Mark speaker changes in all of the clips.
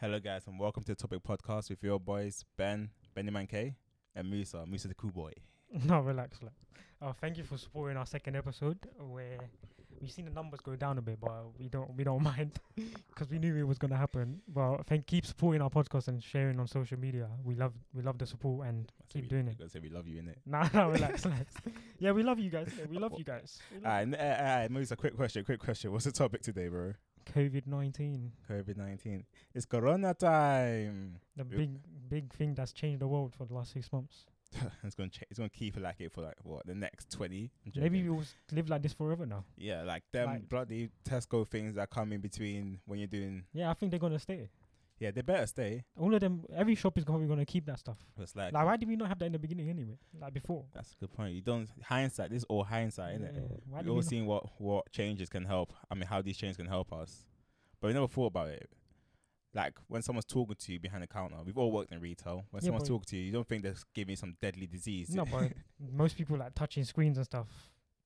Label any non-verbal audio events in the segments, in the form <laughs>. Speaker 1: Hello, guys, and welcome to the Topic Podcast with your boys Ben, Benjamin K, and Musa, Musa the cool boy.
Speaker 2: <laughs> No, relax, relax. Uh, thank you for supporting our second episode, where we've seen the numbers go down a bit, but we don't we don't <laughs> mind because we knew it was gonna happen. Well, thank keep supporting our podcast and sharing on social media. We love we love the support and <laughs>
Speaker 1: I say
Speaker 2: keep
Speaker 1: we-
Speaker 2: doing
Speaker 1: I
Speaker 2: it.
Speaker 1: gotta say we love you, innit?
Speaker 2: Nah, nah,
Speaker 1: <laughs>
Speaker 2: relax, relax. Yeah, we love you guys. Yeah, we love
Speaker 1: Well,
Speaker 2: you guys.
Speaker 1: All right, n- uh, uh, Musa, quick question, quick question. What's the topic today, bro?
Speaker 2: COVID nineteen,
Speaker 1: COVID 19. It's Corona time. <laughs>
Speaker 2: the
Speaker 1: Yep.
Speaker 2: big big thing that's changed the world for the last six months.
Speaker 1: it's going to ch- it's gonna keep it like it for like what, the next 20?
Speaker 2: Maybe we'll s- live like this forever now.
Speaker 1: Yeah, like them
Speaker 2: Like-
Speaker 1: bloody Tesco things that come in between when you're doing.
Speaker 2: Yeah, I think they're gonna stay.
Speaker 1: Yeah, they better stay.
Speaker 2: All of them, every shop is probably gonna keep that stuff.
Speaker 1: It's like,
Speaker 2: Like, why did we not have that in the beginning anyway? Like before.
Speaker 1: that's a good point. You don't hindsight. This is all hindsight, innit?
Speaker 2: Yeah, Why
Speaker 1: We've
Speaker 2: do
Speaker 1: all
Speaker 2: we
Speaker 1: seen what what changes can help. I mean, how these changes can help us, but we never thought about it. Like when someone's talking to you behind the counter, we've all worked in retail. When
Speaker 2: Yeah,
Speaker 1: someone's
Speaker 2: but-
Speaker 1: talking to you, you don't think they're giving you some deadly disease. <laughs>
Speaker 2: No, but most people like touching screens and stuff.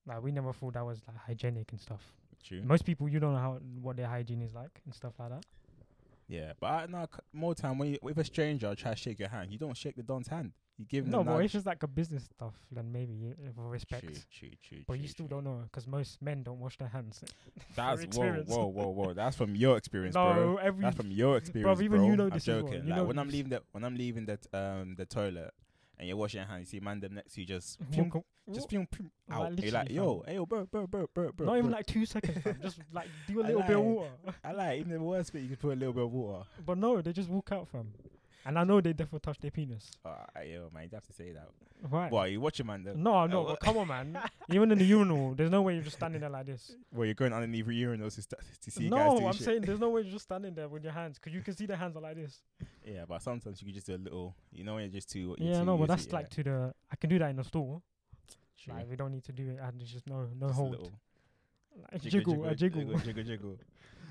Speaker 2: Like we never thought that was like hygienic and stuff.
Speaker 1: True.
Speaker 2: Most people, you don't know how what their hygiene is like and stuff like that.
Speaker 1: Yeah, but I, no, c- more time when you if a stranger tries to shake your hand, you don't shake the don's hand. You give him
Speaker 2: No,
Speaker 1: the
Speaker 2: but
Speaker 1: nod.
Speaker 2: it's just like a business stuff. Then maybe yeah, for respect.
Speaker 1: True, true, true.
Speaker 2: But
Speaker 1: true,
Speaker 2: you still
Speaker 1: true.
Speaker 2: don't know because most men don't wash their hands.
Speaker 1: That's whoa,
Speaker 2: experience.
Speaker 1: whoa, whoa,
Speaker 2: <laughs>
Speaker 1: whoa. That's from your experience,
Speaker 2: no,
Speaker 1: bro.
Speaker 2: every
Speaker 1: That's from
Speaker 2: <laughs>
Speaker 1: your experience,
Speaker 2: even
Speaker 1: bro.
Speaker 2: you know
Speaker 1: I'm
Speaker 2: this as well.
Speaker 1: joking.
Speaker 2: You
Speaker 1: like
Speaker 2: know
Speaker 1: when I'm
Speaker 2: this.
Speaker 1: leaving the when I'm leaving the t- um the toilet and you're washing your hands, you see man them next to you just pum,
Speaker 2: walk,
Speaker 1: just
Speaker 2: just
Speaker 1: pum, pum,
Speaker 2: Like,
Speaker 1: out. you're like
Speaker 2: Oh, literally,
Speaker 1: yo, hey yo, bro, bro, bro, bro, bro.
Speaker 2: not even
Speaker 1: bro."
Speaker 2: like two seconds. fam.
Speaker 1: <laughs>
Speaker 2: just like do a
Speaker 1: I
Speaker 2: little bit of
Speaker 1: lied.
Speaker 2: water.
Speaker 1: I like even the worst bit you can put a little bit of water.
Speaker 2: But no, they just walk out from. And I know they definitely touch their penis.
Speaker 1: Oh, yo, man, you have to say that.
Speaker 2: Right.
Speaker 1: Why you watching man? Though?
Speaker 2: No, no,
Speaker 1: what-
Speaker 2: but come on, man.
Speaker 1: <laughs>
Speaker 2: Even in the urinal, there's no way you're just standing there like this.
Speaker 1: Well, you're going underneath urinals to, st- to see guys
Speaker 2: no,
Speaker 1: do
Speaker 2: I'm
Speaker 1: shit.
Speaker 2: saying
Speaker 1: <laughs>
Speaker 2: there's no way you're just standing there with your hands because you can see the hands are like this.
Speaker 1: Yeah, but sometimes you can just do a little. You know, when you're just too. You're
Speaker 2: Yeah,
Speaker 1: too
Speaker 2: no,
Speaker 1: used
Speaker 2: but
Speaker 1: to
Speaker 2: that's
Speaker 1: it,
Speaker 2: like to the. I can do that in the store.
Speaker 1: yeah.
Speaker 2: Like
Speaker 1: True.
Speaker 2: we don't need to do it. And it's just no, no
Speaker 1: Just a
Speaker 2: hold.
Speaker 1: little
Speaker 2: Like, jiggle, a jiggle.
Speaker 1: jiggle, jiggle, jiggle.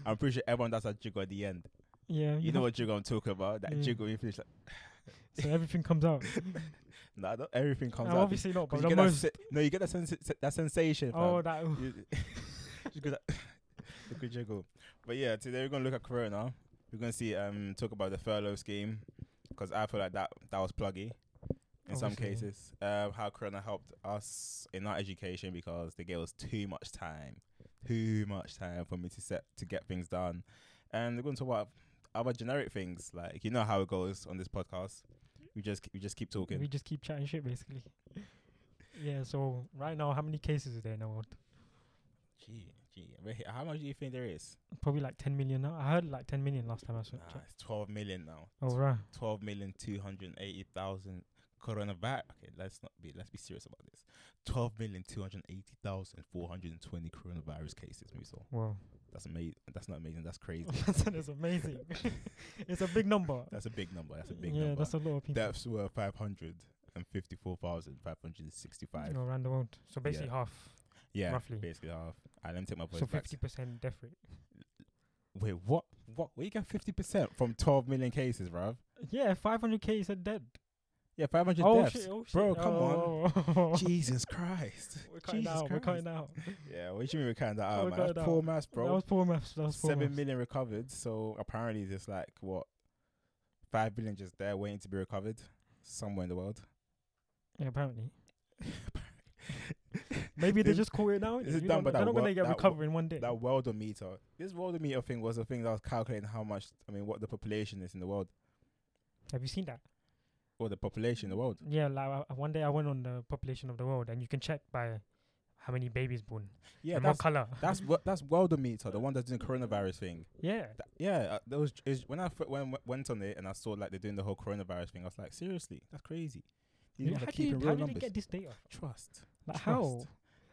Speaker 1: I'm pretty sure everyone does that jiggle at the end.
Speaker 2: <laughs> Yeah,
Speaker 1: You
Speaker 2: you
Speaker 1: know
Speaker 2: have-
Speaker 1: what jiggle I'm talking about? That
Speaker 2: Yeah.
Speaker 1: jiggle you finish like
Speaker 2: So everything comes
Speaker 1: <laughs>
Speaker 2: out.
Speaker 1: nah, not everything comes
Speaker 2: No,
Speaker 1: out.
Speaker 2: obviously not,
Speaker 1: 'Cause
Speaker 2: but
Speaker 1: you get
Speaker 2: the
Speaker 1: that
Speaker 2: most.
Speaker 1: se- no, you get that sens- se- that sensation. Fam.
Speaker 2: Oh, that.
Speaker 1: <laughs>
Speaker 2: ooh.
Speaker 1: You- just go like <coughs> the good jiggle. But yeah, today we're gonna look at Corona. We're gonna see um talk about the furlough scheme because I feel like that that was pluggy in some
Speaker 2: Obviously.
Speaker 1: cases. Um, how Corona helped us in our education because they gave us too much time, too much time for me to set to get things done, and we're gonna talk about other generic things like you know how it goes on this podcast. We just we just keep talking.
Speaker 2: We just keep chatting shit basically. yeah. So right now, how many cases is there in the world?
Speaker 1: Gee, gee, wait, how much do you think there is?
Speaker 2: Probably like 10 million now. I heard like 10 million last time I saw.
Speaker 1: Nah, it's twelve million now.
Speaker 2: Oh right.
Speaker 1: twelve million two hundred eighty thousand coronavirus. Okay, let's not be let's be serious about this. Twelve million two hundred eighty thousand four hundred twenty coronavirus cases. Muso,
Speaker 2: Wow.
Speaker 1: that's amazing. That's not amazing. That's
Speaker 2: <laughs>
Speaker 1: crazy.
Speaker 2: that
Speaker 1: <laughs>
Speaker 2: is amazing. it's a big number.
Speaker 1: That's a big number. That's a big
Speaker 2: yeah,
Speaker 1: number.
Speaker 2: that's a lot of people
Speaker 1: Deaths were five hundred and fifty-four thousand five hundred sixty-five.
Speaker 2: you know, around the world. So basically half.
Speaker 1: Yeah,
Speaker 2: roughly.
Speaker 1: basically half. I let me take my voice
Speaker 2: So
Speaker 1: back.
Speaker 2: fifty percent death rate.
Speaker 1: Wait, what? What? Where you get fifty percent from twelve million cases, bruv?
Speaker 2: Yeah, five hundred k is a dead.
Speaker 1: Yeah, five hundred
Speaker 2: oh
Speaker 1: deaths.
Speaker 2: shit! <laughs> Oh shit!
Speaker 1: Bro, come
Speaker 2: on.
Speaker 1: Jesus Christ.
Speaker 2: <laughs> We're cutting
Speaker 1: Jesus
Speaker 2: Jesus out.
Speaker 1: Christ.
Speaker 2: We're cutting out.
Speaker 1: Yeah, what do you mean we're counting that out,
Speaker 2: We're
Speaker 1: man? That's
Speaker 2: counting
Speaker 1: poor
Speaker 2: out.
Speaker 1: maths, <laughs> bro.
Speaker 2: That was poor maths. That was poor
Speaker 1: Seven million
Speaker 2: maths.
Speaker 1: recovered. So apparently, there's like what five billion just there waiting to be recovered somewhere in the world. <laughs>
Speaker 2: Yeah, apparently. <laughs> Maybe they
Speaker 1: This-
Speaker 2: just caught it now.
Speaker 1: this is
Speaker 2: you
Speaker 1: done
Speaker 2: don't
Speaker 1: by
Speaker 2: know-
Speaker 1: that
Speaker 2: They're not
Speaker 1: wo-
Speaker 2: gonna get
Speaker 1: that wo-
Speaker 2: recovered in one day.
Speaker 1: That worldometer. This worldometer thing was a thing that was calculating how much, I mean, what the population is in the world,
Speaker 2: Have you seen that?
Speaker 1: or the population in the world.
Speaker 2: Yeah, like uh, one day I went on the population of the world, and you can check by how many babies born
Speaker 1: Yeah,
Speaker 2: and what
Speaker 1: that's
Speaker 2: color.
Speaker 1: that's wo- that's worldometer, the one that's doing the coronavirus thing.
Speaker 2: yeah,
Speaker 1: That- yeah, uh, there was is, when I f- when w- went on it and I saw like they're doing the whole coronavirus thing. I was like, seriously, that's crazy. These
Speaker 2: Yeah,
Speaker 1: men are
Speaker 2: how, do
Speaker 1: keeping
Speaker 2: you,
Speaker 1: real
Speaker 2: how did they
Speaker 1: numbers.
Speaker 2: get this data?
Speaker 1: Trust.
Speaker 2: Like
Speaker 1: Trust.
Speaker 2: how?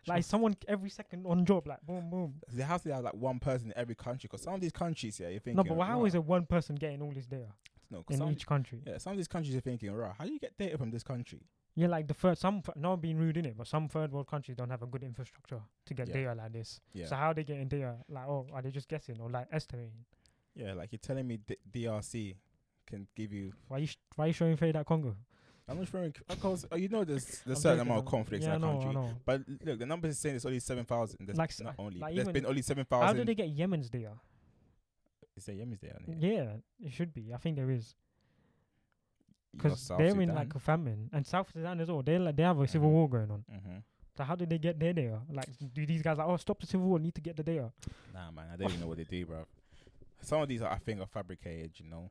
Speaker 2: Like someone every second on job, like boom, boom.
Speaker 1: They have to have like one person in every country because some of these countries, yeah, you're
Speaker 2: no,
Speaker 1: thinking.
Speaker 2: but how is it one person getting all this data
Speaker 1: No, 'cause
Speaker 2: in
Speaker 1: some,
Speaker 2: each country? Yeah.
Speaker 1: yeah, some of these countries are thinking, right, how do you get data from this country?
Speaker 2: like the first some f- not being rude in it, but some third world countries don't have a good infrastructure to get
Speaker 1: Yeah.
Speaker 2: data like this.
Speaker 1: Yeah,
Speaker 2: So how are they getting data? Like oh, are they just guessing or like estimating?
Speaker 1: yeah, like you're telling me D- DRC can give you.
Speaker 2: Why you sh- why you showing Fade at Congo?
Speaker 1: I'm not sure because uh, you know there's there's
Speaker 2: I'm
Speaker 1: certain
Speaker 2: joking,
Speaker 1: amount of
Speaker 2: I'm-
Speaker 1: conflicts
Speaker 2: yeah,
Speaker 1: in that
Speaker 2: I know,
Speaker 1: country.
Speaker 2: I know.
Speaker 1: But look, the numbers is saying it's only seven thousand. There's
Speaker 2: Like s-
Speaker 1: not only
Speaker 2: like
Speaker 1: there's been
Speaker 2: even-
Speaker 1: only seven
Speaker 2: How did
Speaker 1: thousand.
Speaker 2: they get Yemen's data?
Speaker 1: Is there Yemi's Day on it?
Speaker 2: Yeah, it should be. I think there is
Speaker 1: You got
Speaker 2: because
Speaker 1: South
Speaker 2: they're in
Speaker 1: Sudan.
Speaker 2: like a famine, and South Sudan as well. They like they have a civil
Speaker 1: Mhm.
Speaker 2: war going on.
Speaker 1: Mhm.
Speaker 2: So how did they get their data? Like, do these guys like, oh, stop the civil war, need to get the data?
Speaker 1: Nah, man, I don't even know what they do, bro. Some of these, I think, are fabricated. You know,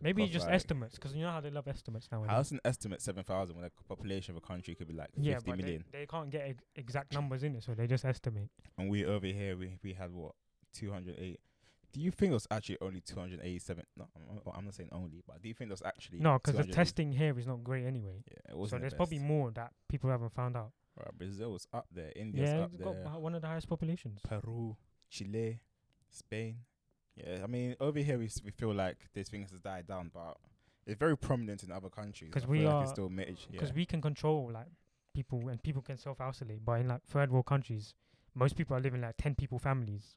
Speaker 2: Maybe it's
Speaker 1: Cause,
Speaker 2: just
Speaker 1: like-
Speaker 2: estimates, 'cause you know how they love estimates
Speaker 1: I
Speaker 2: nowadays.
Speaker 1: also estimate seven thousand when the population of a country could be like
Speaker 2: Yeah,
Speaker 1: fifty
Speaker 2: but
Speaker 1: million,
Speaker 2: they, they can't get ex- exact numbers in it, so they just estimate.
Speaker 1: and we over here, we we had what two hundred eight. Do you think it was actually only two hundred eighty-seven? No, I'm, I'm not saying only, but do you think it was actually
Speaker 2: No, 'cause the
Speaker 1: 280
Speaker 2: testing here is not great anyway.
Speaker 1: Yeah, it
Speaker 2: So
Speaker 1: wasn't. the
Speaker 2: there's
Speaker 1: best.
Speaker 2: probably more that people haven't found out.
Speaker 1: Right, Brazil was up there. India's
Speaker 2: yeah,
Speaker 1: up
Speaker 2: it's got
Speaker 1: there.
Speaker 2: h- one of the highest populations.
Speaker 1: Peru, Chile, Spain. Yeah, I mean, over here we, s- we feel like these things has died down, but it's very prominent in other countries. I
Speaker 2: 'Cause
Speaker 1: feel
Speaker 2: we
Speaker 1: like it's
Speaker 2: are-
Speaker 1: still mitig- yeah.
Speaker 2: because we can control like people and people can self-isolate but in like third world countries most people are living like 10 people families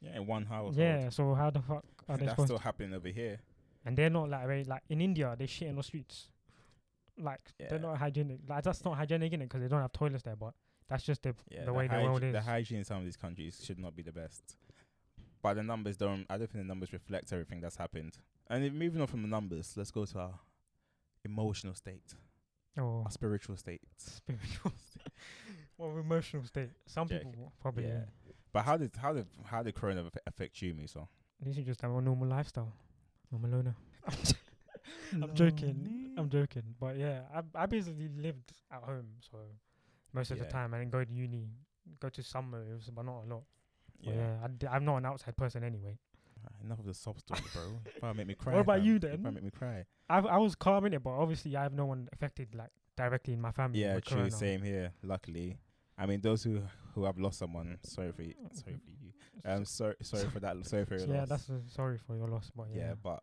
Speaker 1: yeah, in one house. <laughs>
Speaker 2: yeah so how the fuck are they
Speaker 1: Oh, that's
Speaker 2: supposed
Speaker 1: still happening over here.
Speaker 2: and they're not like very like in india they shit in the streets like
Speaker 1: Yeah.
Speaker 2: they're not hygienic like that's not hygienic in because they don't have toilets there but that's just the,
Speaker 1: Yeah,
Speaker 2: the way the world
Speaker 1: hyg-
Speaker 2: is
Speaker 1: The hygiene in some of these countries should not be the best, but the numbers don't. I don't think the numbers reflect everything that's happened. And then moving on from the numbers, let's go to our emotional state,
Speaker 2: or Oh.
Speaker 1: our spiritual state.
Speaker 2: spiritual <laughs> state or emotional state some
Speaker 1: Yeah,
Speaker 2: people will probably
Speaker 1: yeah.
Speaker 2: yeah.
Speaker 1: But how did how did how did Corona affe- affect you,
Speaker 2: Oh,
Speaker 1: Musa?
Speaker 2: these are just have a normal lifestyle i'm a loner <laughs> I'm joking. I'm joking. But yeah, I I basically lived at home, so most of
Speaker 1: Yeah.
Speaker 2: the time, and then go to uni, go to some moves, but not a lot. But
Speaker 1: Yeah.
Speaker 2: yeah, I d- I'm not an outside person anyway.
Speaker 1: Alright, Enough of the sob story,
Speaker 2: <laughs>
Speaker 1: bro. You probably make me cry.
Speaker 2: about
Speaker 1: fam.
Speaker 2: you
Speaker 1: Probably
Speaker 2: then?
Speaker 1: make me cry.
Speaker 2: I I was calm in it, but obviously I have no one affected like directly in my family.
Speaker 1: Yeah,
Speaker 2: Mm, with
Speaker 1: true.
Speaker 2: corona.
Speaker 1: Same here. Luckily, I mean, those who who have lost someone. Sorry for you. Sorry for
Speaker 2: <laughs>
Speaker 1: you. Um, sorry, sorry for that. Sorry for
Speaker 2: So
Speaker 1: your
Speaker 2: yeah,
Speaker 1: loss.
Speaker 2: that's uh, sorry for your loss, but
Speaker 1: yeah.
Speaker 2: yeah,
Speaker 1: but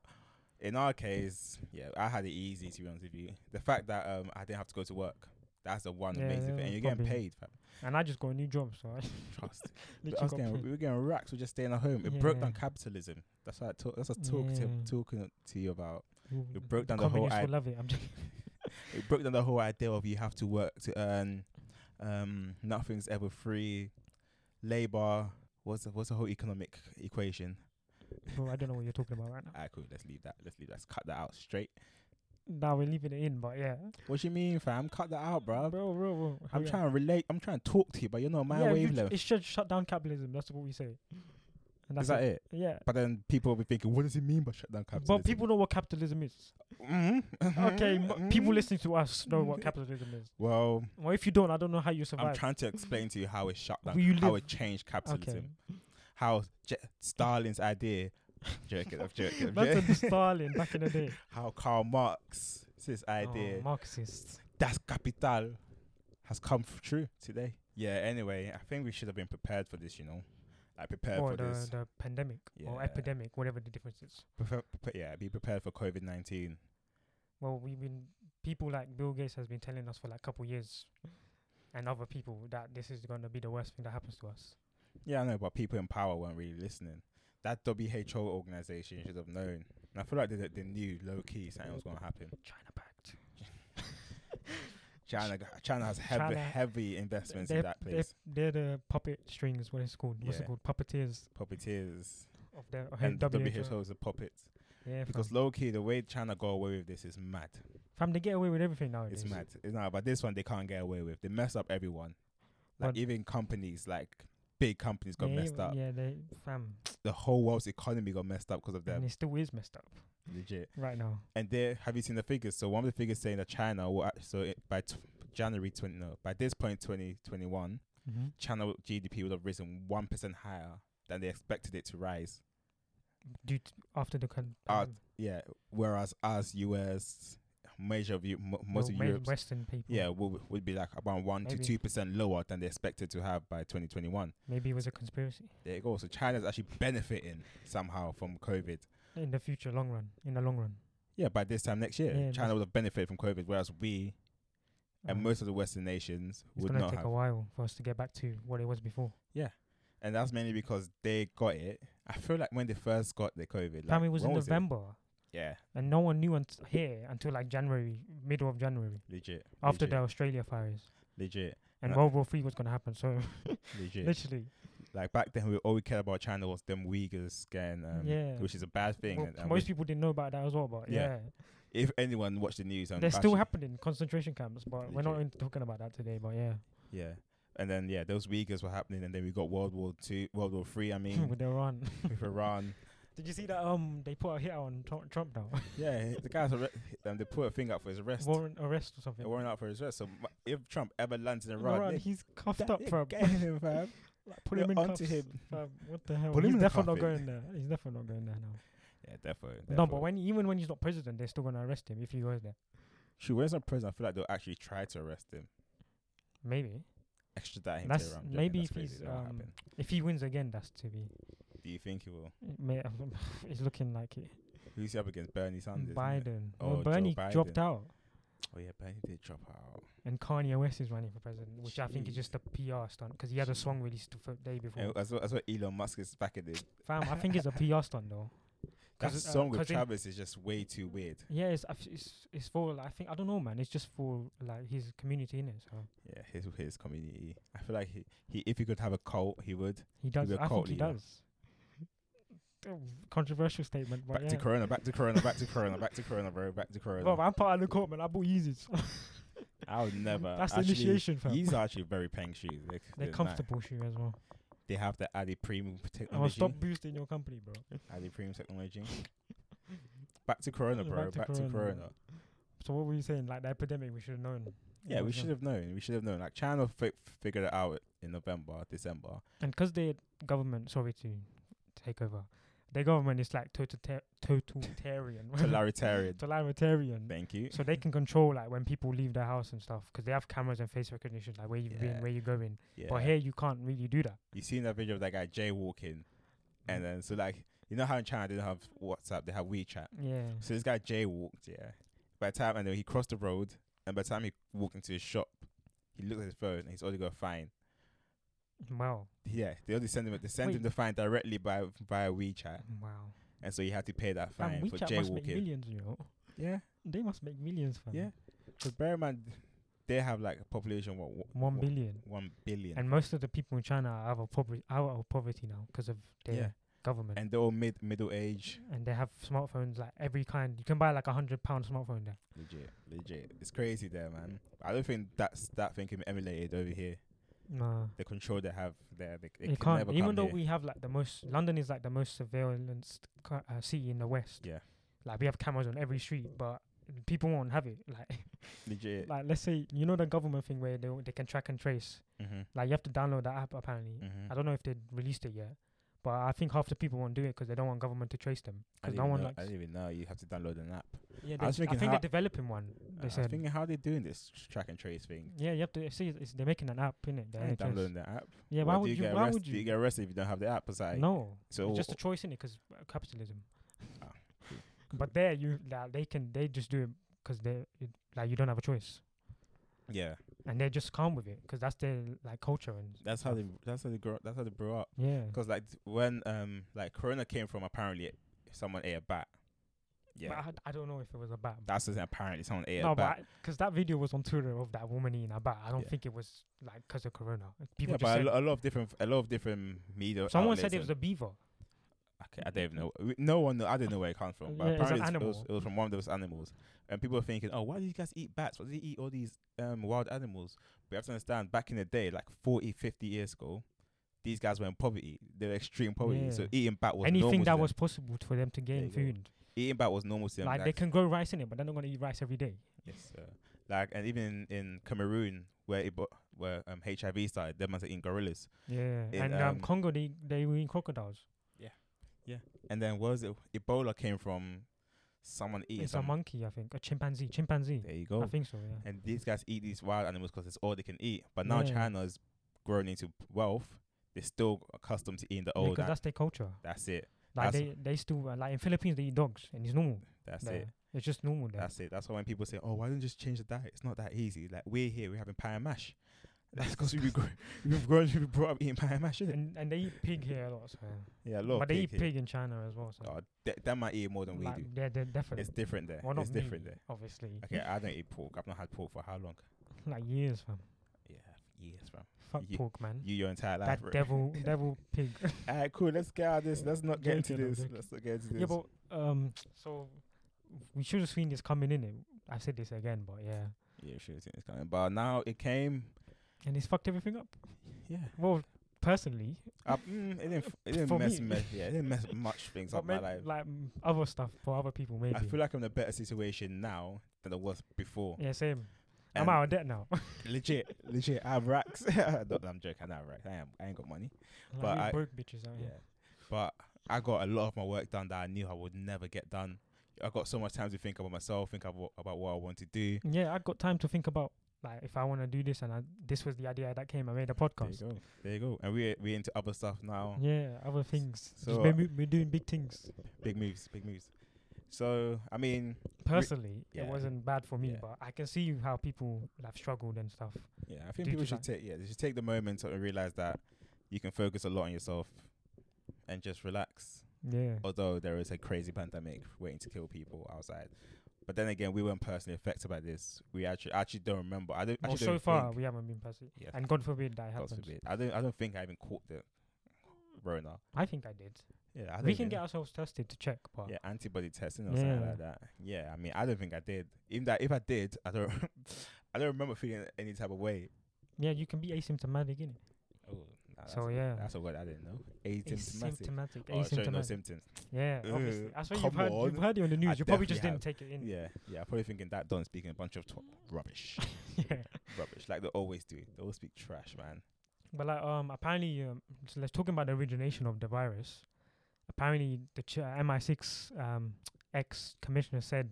Speaker 1: in our case, yeah, I had it easy to be honest with you. The fact that um I didn't have to go to work. That's the one
Speaker 2: Yeah,
Speaker 1: amazing
Speaker 2: yeah,
Speaker 1: thing. And you're
Speaker 2: probably.
Speaker 1: getting paid, fam.
Speaker 2: and I just got a new job, so I <laughs>
Speaker 1: Trust.
Speaker 2: literally
Speaker 1: I was
Speaker 2: got
Speaker 1: getting,
Speaker 2: paid.
Speaker 1: we were getting racks. We were just staying at home. It broke down
Speaker 2: Yeah.
Speaker 1: capitalism. That's what I talk. That's what I talk to,
Speaker 2: Yeah.
Speaker 1: talking to you about.
Speaker 2: Ooh,
Speaker 1: it broke down the whole
Speaker 2: communists
Speaker 1: id-
Speaker 2: will love it. I'm joking.
Speaker 1: it broke down the whole idea of you have to work to earn, um, nothing's ever free, labor. What's the, what's the whole economic equation?
Speaker 2: Bro, I don't know what you're talking about right now.
Speaker 1: Ah, cool. Let's leave that. Let's leave that. Let's cut that out straight.
Speaker 2: Now we're leaving it in, but yeah,
Speaker 1: What you mean, fam? Cut that out,
Speaker 2: bro,
Speaker 1: bruv.
Speaker 2: bro, bro.
Speaker 1: I'm
Speaker 2: hurry up.
Speaker 1: trying to relate. I'm trying to talk to you, but you're not on my
Speaker 2: you ju-
Speaker 1: wavelength.
Speaker 2: It should shut down capitalism. That's what we say. And
Speaker 1: Is that it?
Speaker 2: Yeah.
Speaker 1: But then people will be thinking, what does it mean by shut down capitalism?
Speaker 2: But people know what capitalism is.
Speaker 1: Mm-hmm.
Speaker 2: Okay, m- people listening to us know what capitalism is.
Speaker 1: Well,
Speaker 2: Well, if you don't, I don't know how you survive.
Speaker 1: I'm trying to explain to you how it shut down,
Speaker 2: Will you
Speaker 1: how
Speaker 2: live-
Speaker 1: it changed capitalism,
Speaker 2: okay.
Speaker 1: how Je- Stalin's idea. <laughs> Joking, I'm joking. I'm
Speaker 2: That's
Speaker 1: joking.
Speaker 2: the Stalin back in
Speaker 1: <laughs>
Speaker 2: the day.
Speaker 1: how Karl Marx his idea
Speaker 2: Oh, Marxists.
Speaker 1: that's capital has come f- true today. Yeah. Anyway, I think we should have been prepared for this. You know, like prepared
Speaker 2: Or
Speaker 1: for
Speaker 2: the,
Speaker 1: this.
Speaker 2: the pandemic or
Speaker 1: Yeah.
Speaker 2: epidemic, whatever the difference is.
Speaker 1: Prefer- prepa- yeah, be prepared for COVID nineteen.
Speaker 2: Well, we've been people like Bill Gates has been telling us for like a couple years, and other people that this is going to be the worst thing that happens to us.
Speaker 1: Yeah, I know, but people in power weren't really listening. That WHO organization should have known. And I feel like they, they- they knew low key something was going to happen.
Speaker 2: China pact.
Speaker 1: China, g- China has heavy,
Speaker 2: China-
Speaker 1: heavy investments in that
Speaker 2: they're,
Speaker 1: place.
Speaker 2: they're the puppet strings. What it's called? What's
Speaker 1: Yeah.
Speaker 2: it called? Puppeteers.
Speaker 1: Puppeteers
Speaker 2: of the
Speaker 1: and
Speaker 2: WHO.
Speaker 1: WHO is the puppets.
Speaker 2: Yeah,
Speaker 1: Because
Speaker 2: fam.
Speaker 1: low key, the way China got away with this is mad.
Speaker 2: fam, they get away with everything nowadays.
Speaker 1: It's mad. It's not, but this one they can't get away with. They mess up everyone. Like
Speaker 2: But-
Speaker 1: even companies, like big companies, got
Speaker 2: yeah,
Speaker 1: messed
Speaker 2: even-
Speaker 1: up.
Speaker 2: Yeah, they fam,
Speaker 1: The whole world's economy got messed up because of them.
Speaker 2: and it still is messed up
Speaker 1: Legit.
Speaker 2: right now.
Speaker 1: And there, have you seen the figures? So one of the figures saying that China will act- so it, by t- January twenty no by this point twenty twenty one, China w- GDP would have risen one percent higher than they expected it to rise.
Speaker 2: Due to, after the con- um,
Speaker 1: Uh, Yeah, whereas us US, major of you, mo most of Europe,
Speaker 2: Western people.
Speaker 1: yeah, would would be like about one to
Speaker 2: Maybe.
Speaker 1: two percent lower than they expected to have by twenty twenty one.
Speaker 2: maybe it was a conspiracy
Speaker 1: There you go. So China's actually benefiting somehow from COVID.
Speaker 2: in the future, long run. In the long run,
Speaker 1: Yeah, by this time next year,
Speaker 2: Yeah,
Speaker 1: China would have benefited from COVID, whereas we and
Speaker 2: Um,
Speaker 1: most of the Western nations
Speaker 2: it's
Speaker 1: would
Speaker 2: gonna
Speaker 1: not
Speaker 2: take
Speaker 1: have.
Speaker 2: a while for us to get back to what it was before.
Speaker 1: And that's mainly because they got it. I feel like when they first got the COVID, like,
Speaker 2: fam, it was
Speaker 1: when
Speaker 2: in
Speaker 1: was
Speaker 2: November,
Speaker 1: Yeah,
Speaker 2: and no one knew unt- here until like January, middle of January,
Speaker 1: legit.
Speaker 2: after
Speaker 1: legit,
Speaker 2: the Australia fires,
Speaker 1: legit,
Speaker 2: and
Speaker 1: Uh,
Speaker 2: World War Three was gonna happen. So <laughs>
Speaker 1: legit.
Speaker 2: literally,
Speaker 1: Like back then, we all we cared about China was them Uyghurs getting, um,
Speaker 2: Yeah.
Speaker 1: which is a bad thing.
Speaker 2: Well,
Speaker 1: and- and
Speaker 2: most
Speaker 1: we-
Speaker 2: people didn't know about that as well, but yeah,
Speaker 1: Yeah. if anyone watched the news, and
Speaker 2: they're still
Speaker 1: bashing-
Speaker 2: happening concentration camps, but we're not
Speaker 1: Literally.
Speaker 2: into talking about that today. But yeah,
Speaker 1: Yeah, and then yeah, those Uyghurs were happening, and then we got World War Two, World War Three. I
Speaker 2: <laughs>
Speaker 1: mean,
Speaker 2: with Iran,
Speaker 1: <laughs> with Iran.
Speaker 2: did you see that? Um, they put a hit out on Tru- Trump now,
Speaker 1: Yeah, the guys arre- um, they put a thing up for his arrest.
Speaker 2: <laughs> warrant arrest or something.
Speaker 1: They warrant out for his arrest. So mu- if Trump ever lands in
Speaker 2: In
Speaker 1: Iran,
Speaker 2: Iran,
Speaker 1: they-
Speaker 2: he's cuffed
Speaker 1: that-
Speaker 2: up,
Speaker 1: they
Speaker 2: fam. <laughs>
Speaker 1: get him, fam.
Speaker 2: Like, put
Speaker 1: They're
Speaker 2: him in
Speaker 1: onto
Speaker 2: cuffs.
Speaker 1: him.
Speaker 2: Fam, what the hell?
Speaker 1: Put him
Speaker 2: he's
Speaker 1: in the
Speaker 2: definitely not
Speaker 1: coffin.
Speaker 2: going there. He's definitely not going there now.
Speaker 1: Yeah, definitely.
Speaker 2: No,
Speaker 1: definitely.
Speaker 2: but when even when he's not president, they're still gonna arrest him if he goes there.
Speaker 1: Shoot, when he's not president, I feel like they'll actually try to arrest him,
Speaker 2: Maybe
Speaker 1: extradite him
Speaker 2: That's-
Speaker 1: to Iran. Do you reckon
Speaker 2: maybe
Speaker 1: that's
Speaker 2: if
Speaker 1: crazy?
Speaker 2: he's,
Speaker 1: That won't
Speaker 2: um,
Speaker 1: happen.
Speaker 2: if he wins again, that's to be.
Speaker 1: Do you think he will?
Speaker 2: it may- <laughs> It's looking like it.
Speaker 1: Who's he up against? Bernie Sanders. isn't it?
Speaker 2: Biden.
Speaker 1: Oh,
Speaker 2: well,
Speaker 1: Joe
Speaker 2: Bernie dropped
Speaker 1: Biden.
Speaker 2: out,
Speaker 1: Oh yeah, Bernie did drop out.
Speaker 2: and Kanye West is running for president, which I think is just a PR stunt because he had a song released the day before.
Speaker 1: And that's what, that's what Elon Musk is back at it.
Speaker 2: Fam, I
Speaker 1: <laughs>
Speaker 2: think it's a PR stunt though.
Speaker 1: That
Speaker 2: 'Cause, uh,
Speaker 1: song with
Speaker 2: 'cause in-
Speaker 1: Travis is just way too weird.
Speaker 2: Yeah, it's I f- it's it's for like, I think I don't know, man. It's just for like his community in it. So
Speaker 1: Yeah, his his community. I feel like he, he if he could have a cult, he would.
Speaker 2: he does.
Speaker 1: a
Speaker 2: I think
Speaker 1: cult
Speaker 2: he
Speaker 1: leader.
Speaker 2: does. <laughs> Controversial statement, but
Speaker 1: Back
Speaker 2: yeah.
Speaker 1: to Corona, back to Corona, back to Corona, back to Corona, bro, back to Corona.
Speaker 2: Bro, I'm part of the court, man. I bought Yeezys.
Speaker 1: I would never.
Speaker 2: <laughs> That's the
Speaker 1: actually,
Speaker 2: initiation, fam. <laughs>
Speaker 1: These are actually very peng shoes. They,
Speaker 2: They're comfortable shoe as well.
Speaker 1: They have the Adi Premium
Speaker 2: Oh,
Speaker 1: technology.
Speaker 2: stop boosting your company, bro.
Speaker 1: Adi Premium technology. back to Corona,
Speaker 2: Back
Speaker 1: bro. Back
Speaker 2: to
Speaker 1: to,
Speaker 2: Corona.
Speaker 1: corona.
Speaker 2: So what were you saying? Like the epidemic, we should have known. it
Speaker 1: Yeah, we
Speaker 2: was
Speaker 1: should
Speaker 2: a-
Speaker 1: have known. We should have known. Like China fi- figured it out in November,
Speaker 2: <laughs>
Speaker 1: December.
Speaker 2: And 'cause their government, sorry to take over, their government is like totalitar- <laughs> totalitarian.
Speaker 1: Totalitarian.
Speaker 2: totalitarian.
Speaker 1: Thank you.
Speaker 2: So they can control like when people leave their house and stuff, 'cause they have cameras and face recognition, like where you've been,
Speaker 1: Yeah.
Speaker 2: where you're going.
Speaker 1: Yeah.
Speaker 2: But here you can't really do that.
Speaker 1: you seen that video of that guy jaywalking, and then so like you know how in China they don't have WhatsApp, they have WeChat.
Speaker 2: Yeah.
Speaker 1: So this guy jaywalked, yeah. By the time and then he crossed the road, and by the time he walked into his shop, he looked at his phone and he's already got a fine.
Speaker 2: Wow.
Speaker 1: Yeah, they only send him they send him
Speaker 2: Wait.
Speaker 1: the fine directly by via WeChat,
Speaker 2: Wow.
Speaker 1: and so he had to pay that fine
Speaker 2: Fam,
Speaker 1: for
Speaker 2: WeChat must make
Speaker 1: jaywalking.
Speaker 2: millions, you know.
Speaker 1: Yeah,
Speaker 2: They must make millions, fam.
Speaker 1: yeah. Because bear in mind, they have like a population what what-
Speaker 2: One
Speaker 1: what-
Speaker 2: billion.
Speaker 1: one billion,
Speaker 2: And most of the people in China are out of poverty, out of poverty now 'cause of their
Speaker 1: Yeah.
Speaker 2: government.
Speaker 1: and they're all mid middle age.
Speaker 2: and they have smartphones like every kind. You can buy like a hundred pound smartphone there.
Speaker 1: Legit, legit. It's crazy there, man. I don't think that's that thing can be emulated over here.
Speaker 2: Nah,
Speaker 1: The control they have there, they, they
Speaker 2: it
Speaker 1: can
Speaker 2: can't.
Speaker 1: never
Speaker 2: Even
Speaker 1: come
Speaker 2: though
Speaker 1: here.
Speaker 2: we have like the most, London is like the most surveillance uh, city in the West.
Speaker 1: Yeah.
Speaker 2: like we have cameras on every street, but people won't have it. Like,
Speaker 1: legit.
Speaker 2: <laughs> like let's say you know the government thing where they w- they can track and trace.
Speaker 1: mm-hmm.
Speaker 2: Like you have to download the app apparently.
Speaker 1: Mm-hmm.
Speaker 2: I don't know if they released it yet, but I think half the people won't do it 'cause they don't want government to trace them.
Speaker 1: I
Speaker 2: Because
Speaker 1: didn't
Speaker 2: no
Speaker 1: even
Speaker 2: one
Speaker 1: know,
Speaker 2: likes.
Speaker 1: I didn't even know you have to download an app.
Speaker 2: Yeah,
Speaker 1: I was
Speaker 2: they, I
Speaker 1: thinking
Speaker 2: think
Speaker 1: how-
Speaker 2: they're developing one. They
Speaker 1: I was
Speaker 2: said.
Speaker 1: thinking, how are they doing this tr- track and trace thing?
Speaker 2: yeah, you have to see. It's, they're making an app, innit? The
Speaker 1: Are you
Speaker 2: NHS.
Speaker 1: Downloading the app.
Speaker 2: Yeah,
Speaker 1: Or
Speaker 2: why
Speaker 1: do
Speaker 2: would you?
Speaker 1: get
Speaker 2: Why
Speaker 1: arrest-
Speaker 2: would
Speaker 1: Do you get arrested if you don't have the app? It's like,
Speaker 2: No,
Speaker 1: So
Speaker 2: it's just a
Speaker 1: wh-
Speaker 2: choice in it because capitalism.
Speaker 1: Ah,
Speaker 2: <laughs> but there, you like, they can they just do it because they it, like you don't have a choice,
Speaker 1: Yeah,
Speaker 2: and they're just calm with it because that's their like culture and
Speaker 1: that's how they. That's how they grow. That's how they grow up.
Speaker 2: yeah.
Speaker 1: Because like th- when um like Corona came from, apparently someone ate a bat.
Speaker 2: But
Speaker 1: Yeah,
Speaker 2: I, I don't know if it was a bat.
Speaker 1: that's what apparently someone ate a
Speaker 2: no,
Speaker 1: bat.
Speaker 2: but because that video was on Twitter of that woman eating a bat. I don't
Speaker 1: Yeah.
Speaker 2: think it was like because of Corona. People
Speaker 1: yeah,
Speaker 2: just
Speaker 1: but a,
Speaker 2: said,
Speaker 1: lo- a lot of different, a lot of different media.
Speaker 2: someone
Speaker 1: outlets
Speaker 2: said it
Speaker 1: and-
Speaker 2: was a beaver.
Speaker 1: Okay, I don't even know. We- No one, know, I don't know where it comes from. But
Speaker 2: Yeah, it's an
Speaker 1: apparently, it's- it was,
Speaker 2: animal.
Speaker 1: it was from one of those animals. And people are thinking, oh, why do you guys eat bats? Why do you eat all these um, wild animals? But you have to understand, back in the day, like 40, 50 years ago, these guys were in poverty. They were extreme poverty. So
Speaker 2: Yeah.
Speaker 1: eating bat was normal
Speaker 2: Anything
Speaker 1: to
Speaker 2: that
Speaker 1: them.
Speaker 2: was possible for them to gain
Speaker 1: you go.
Speaker 2: food,
Speaker 1: eating bat was normal to them.
Speaker 2: like
Speaker 1: like,
Speaker 2: they can grow rice in it, but they're not gonna eat rice every day.
Speaker 1: yes, sir. like and even in, in Cameroon where it, bo- where um, HIV started, them must eating gorillas.
Speaker 2: Yeah,
Speaker 1: In,
Speaker 2: and um,
Speaker 1: um,
Speaker 2: Congo they they were eating crocodiles.
Speaker 1: And then where was it? Ebola came from someone eating
Speaker 2: It's a
Speaker 1: some-
Speaker 2: monkey, I think, a chimpanzee, chimpanzee.
Speaker 1: There you go.
Speaker 2: I think so. Yeah.
Speaker 1: and these guys eat these wild animals because it's all they can eat. But now
Speaker 2: Yeah.
Speaker 1: China's grown into p- wealth. They're still accustomed to eating the old.
Speaker 2: because
Speaker 1: an-
Speaker 2: that's their culture.
Speaker 1: that's it.
Speaker 2: Like
Speaker 1: oh, that's-
Speaker 2: they, they still uh, like in Philippines they eat dogs and it's normal.
Speaker 1: That's
Speaker 2: there.
Speaker 1: it.
Speaker 2: It's just normal there.
Speaker 1: That's it. That's why when people say, "Oh, why don't you just change the diet?" It's not that easy. Like we're here, we're having pie and
Speaker 2: <laughs>
Speaker 1: mash. That's because we've grown, <laughs> we've grown, we've brought up eating pie and mash, isn't it?
Speaker 2: and and they eat pig here a lot. So.
Speaker 1: Yeah, a lot.
Speaker 2: but
Speaker 1: of
Speaker 2: they
Speaker 1: pig
Speaker 2: eat
Speaker 1: here.
Speaker 2: pig in China as well. So.
Speaker 1: Oh, they, they might eat more than
Speaker 2: like,
Speaker 1: we do.
Speaker 2: Yeah, they're definitely.
Speaker 1: It's different there.
Speaker 2: well, not
Speaker 1: it's different
Speaker 2: me,
Speaker 1: there.
Speaker 2: Obviously, <laughs>
Speaker 1: Okay, I don't eat pork. I've not had pork for how long?
Speaker 2: like years, fam.
Speaker 1: Yeah, years, bro.
Speaker 2: fuck
Speaker 1: Ye-
Speaker 2: pork, man.
Speaker 1: You your entire life.
Speaker 2: that
Speaker 1: bro. <laughs>
Speaker 2: devil, devil pig.
Speaker 1: Alright, cool. Let's get out of this. Let's not get into
Speaker 2: Joking, I'm
Speaker 1: this.
Speaker 2: joking.
Speaker 1: Let's not get into this.
Speaker 2: <laughs> yeah, but um, so we should have seen this coming in. It. I said this again, but yeah,
Speaker 1: Yeah, sure, it's it's coming. But now it came.
Speaker 2: and it's fucked everything up.
Speaker 1: Yeah.
Speaker 2: Well, personally,
Speaker 1: Up, mm, it didn't. f- It didn't
Speaker 2: For
Speaker 1: mess,
Speaker 2: me.
Speaker 1: mess. Yeah, it didn't
Speaker 2: <laughs>
Speaker 1: mess much things
Speaker 2: but
Speaker 1: up my
Speaker 2: maybe,
Speaker 1: life.
Speaker 2: like mm, other stuff for other people, maybe.
Speaker 1: I feel like I'm in a better situation now than I was before.
Speaker 2: yeah, same. I'm
Speaker 1: And
Speaker 2: out of debt now. <laughs> Like,
Speaker 1: Legit, legit. I have racks. <laughs> I don't- I'm joking. I don't have racks. I, am, I ain't got money. But
Speaker 2: we
Speaker 1: I-
Speaker 2: broke bitches out
Speaker 1: Yeah.
Speaker 2: here.
Speaker 1: But I got a lot of my work done that I knew I would never get done. I got so much time to think about myself, think about, about what I want to do.
Speaker 2: Yeah, I got time to think about like if I want to do this, and I, this was the idea that came. I made a podcast.
Speaker 1: There you go. There you go. And we're, we're into other stuff now.
Speaker 2: Yeah, other things. Just
Speaker 1: so, uh,
Speaker 2: we're, mo- we're doing big things.
Speaker 1: Big moves, big moves. So, I mean,
Speaker 2: Personally,
Speaker 1: yeah.
Speaker 2: it wasn't bad for me,
Speaker 1: Yeah.
Speaker 2: but I can see how people have struggled and stuff.
Speaker 1: yeah, I think
Speaker 2: Due
Speaker 1: people
Speaker 2: to
Speaker 1: should take yeah, they should take the moment to realize that you can focus a lot on yourself and just relax.
Speaker 2: Yeah.
Speaker 1: although there is a crazy pandemic waiting to kill people outside. But then again, we weren't personally affected by this. We actually I actually don't remember. I don't.
Speaker 2: Well,
Speaker 1: actually
Speaker 2: Oh, so
Speaker 1: don't
Speaker 2: far
Speaker 1: think,
Speaker 2: we haven't been past it,
Speaker 1: Yeah.
Speaker 2: and God forbid that
Speaker 1: God
Speaker 2: happens.
Speaker 1: forbid. I don't. I don't think I even caught the Rona.
Speaker 2: I think I did.
Speaker 1: Yeah, I don't
Speaker 2: we can
Speaker 1: even-
Speaker 2: get ourselves tested to check, but
Speaker 1: yeah antibody testing or something
Speaker 2: Yeah.
Speaker 1: like that. Yeah, I mean, I don't think I did. Even that, if I did, I don't. <laughs> I don't remember feeling any type of way.
Speaker 2: yeah, you can be asymptomatic, innit?
Speaker 1: Oh, nah, that's
Speaker 2: So,
Speaker 1: a-
Speaker 2: yeah.
Speaker 1: that's a word I didn't know. Asymptomatic.
Speaker 2: Asymptomatic,
Speaker 1: Oh, showing no
Speaker 2: asymptomatic.
Speaker 1: symptoms.
Speaker 2: yeah,
Speaker 1: Ugh,
Speaker 2: obviously. That's what you've
Speaker 1: Uh, come
Speaker 2: heard. You've
Speaker 1: on.
Speaker 2: heard it on the news. you
Speaker 1: definitely
Speaker 2: probably just
Speaker 1: have.
Speaker 2: didn't take it in.
Speaker 1: Yeah, yeah. I'm probably thinking that Don's speaking a bunch of
Speaker 2: <laughs>
Speaker 1: tw- rubbish.
Speaker 2: Yeah.
Speaker 1: rubbish, like they always do. They always speak trash, man.
Speaker 2: But like, um, apparently, um, so let's talking about the origination of the virus. Apparently, the ch- uh, MI6 um, ex commissioner said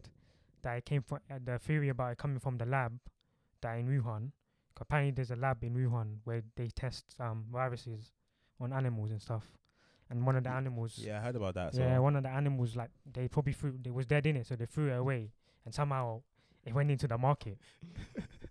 Speaker 2: that it came from uh, the theory about it coming from the lab that in Wuhan. 'Cause Apparently, there's a lab in Wuhan where they test um viruses on animals and stuff. And one of the
Speaker 1: Ye-
Speaker 2: animals,
Speaker 1: Yeah, I heard about that.
Speaker 2: yeah,
Speaker 1: so
Speaker 2: one of the animals, like they probably threw, they was dead in it, so they threw it away, and somehow it went into the market.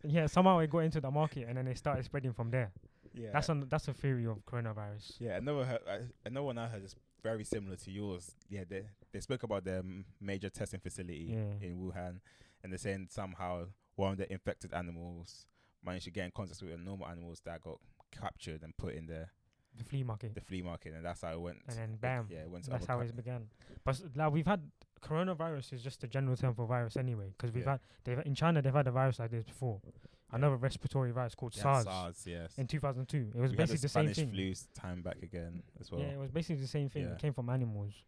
Speaker 2: yeah, somehow it got into the market, and then it started spreading from there.
Speaker 1: <laughs> yeah,
Speaker 2: That's an, that's a theory of coronavirus.
Speaker 1: yeah. Another, heard, I, another one I heard is very similar to yours. Yeah, they they spoke about their m- major testing facility
Speaker 2: Yeah.
Speaker 1: in Wuhan, and they're saying somehow one of the infected animals managed to get in contact with the normal animals that got captured and put in the
Speaker 2: The flea market.
Speaker 1: the flea market, and that's how it went.
Speaker 2: And then bam.
Speaker 1: yeah, it went to
Speaker 2: That's
Speaker 1: other
Speaker 2: how
Speaker 1: coun-
Speaker 2: it began. But s- like we've had coronavirus is just a general term for virus anyway, 'cause we've
Speaker 1: Yeah.
Speaker 2: had they've in China they've had a virus like this before. Another respiratory virus called
Speaker 1: Yeah,
Speaker 2: SARS,
Speaker 1: SARS, yes.
Speaker 2: in 2002. It was
Speaker 1: we had
Speaker 2: basically
Speaker 1: the
Speaker 2: the, same
Speaker 1: Spanish
Speaker 2: thing.
Speaker 1: flu s- time back again as well.
Speaker 2: Yeah, it was basically the same thing.
Speaker 1: Yeah.
Speaker 2: It came from animals,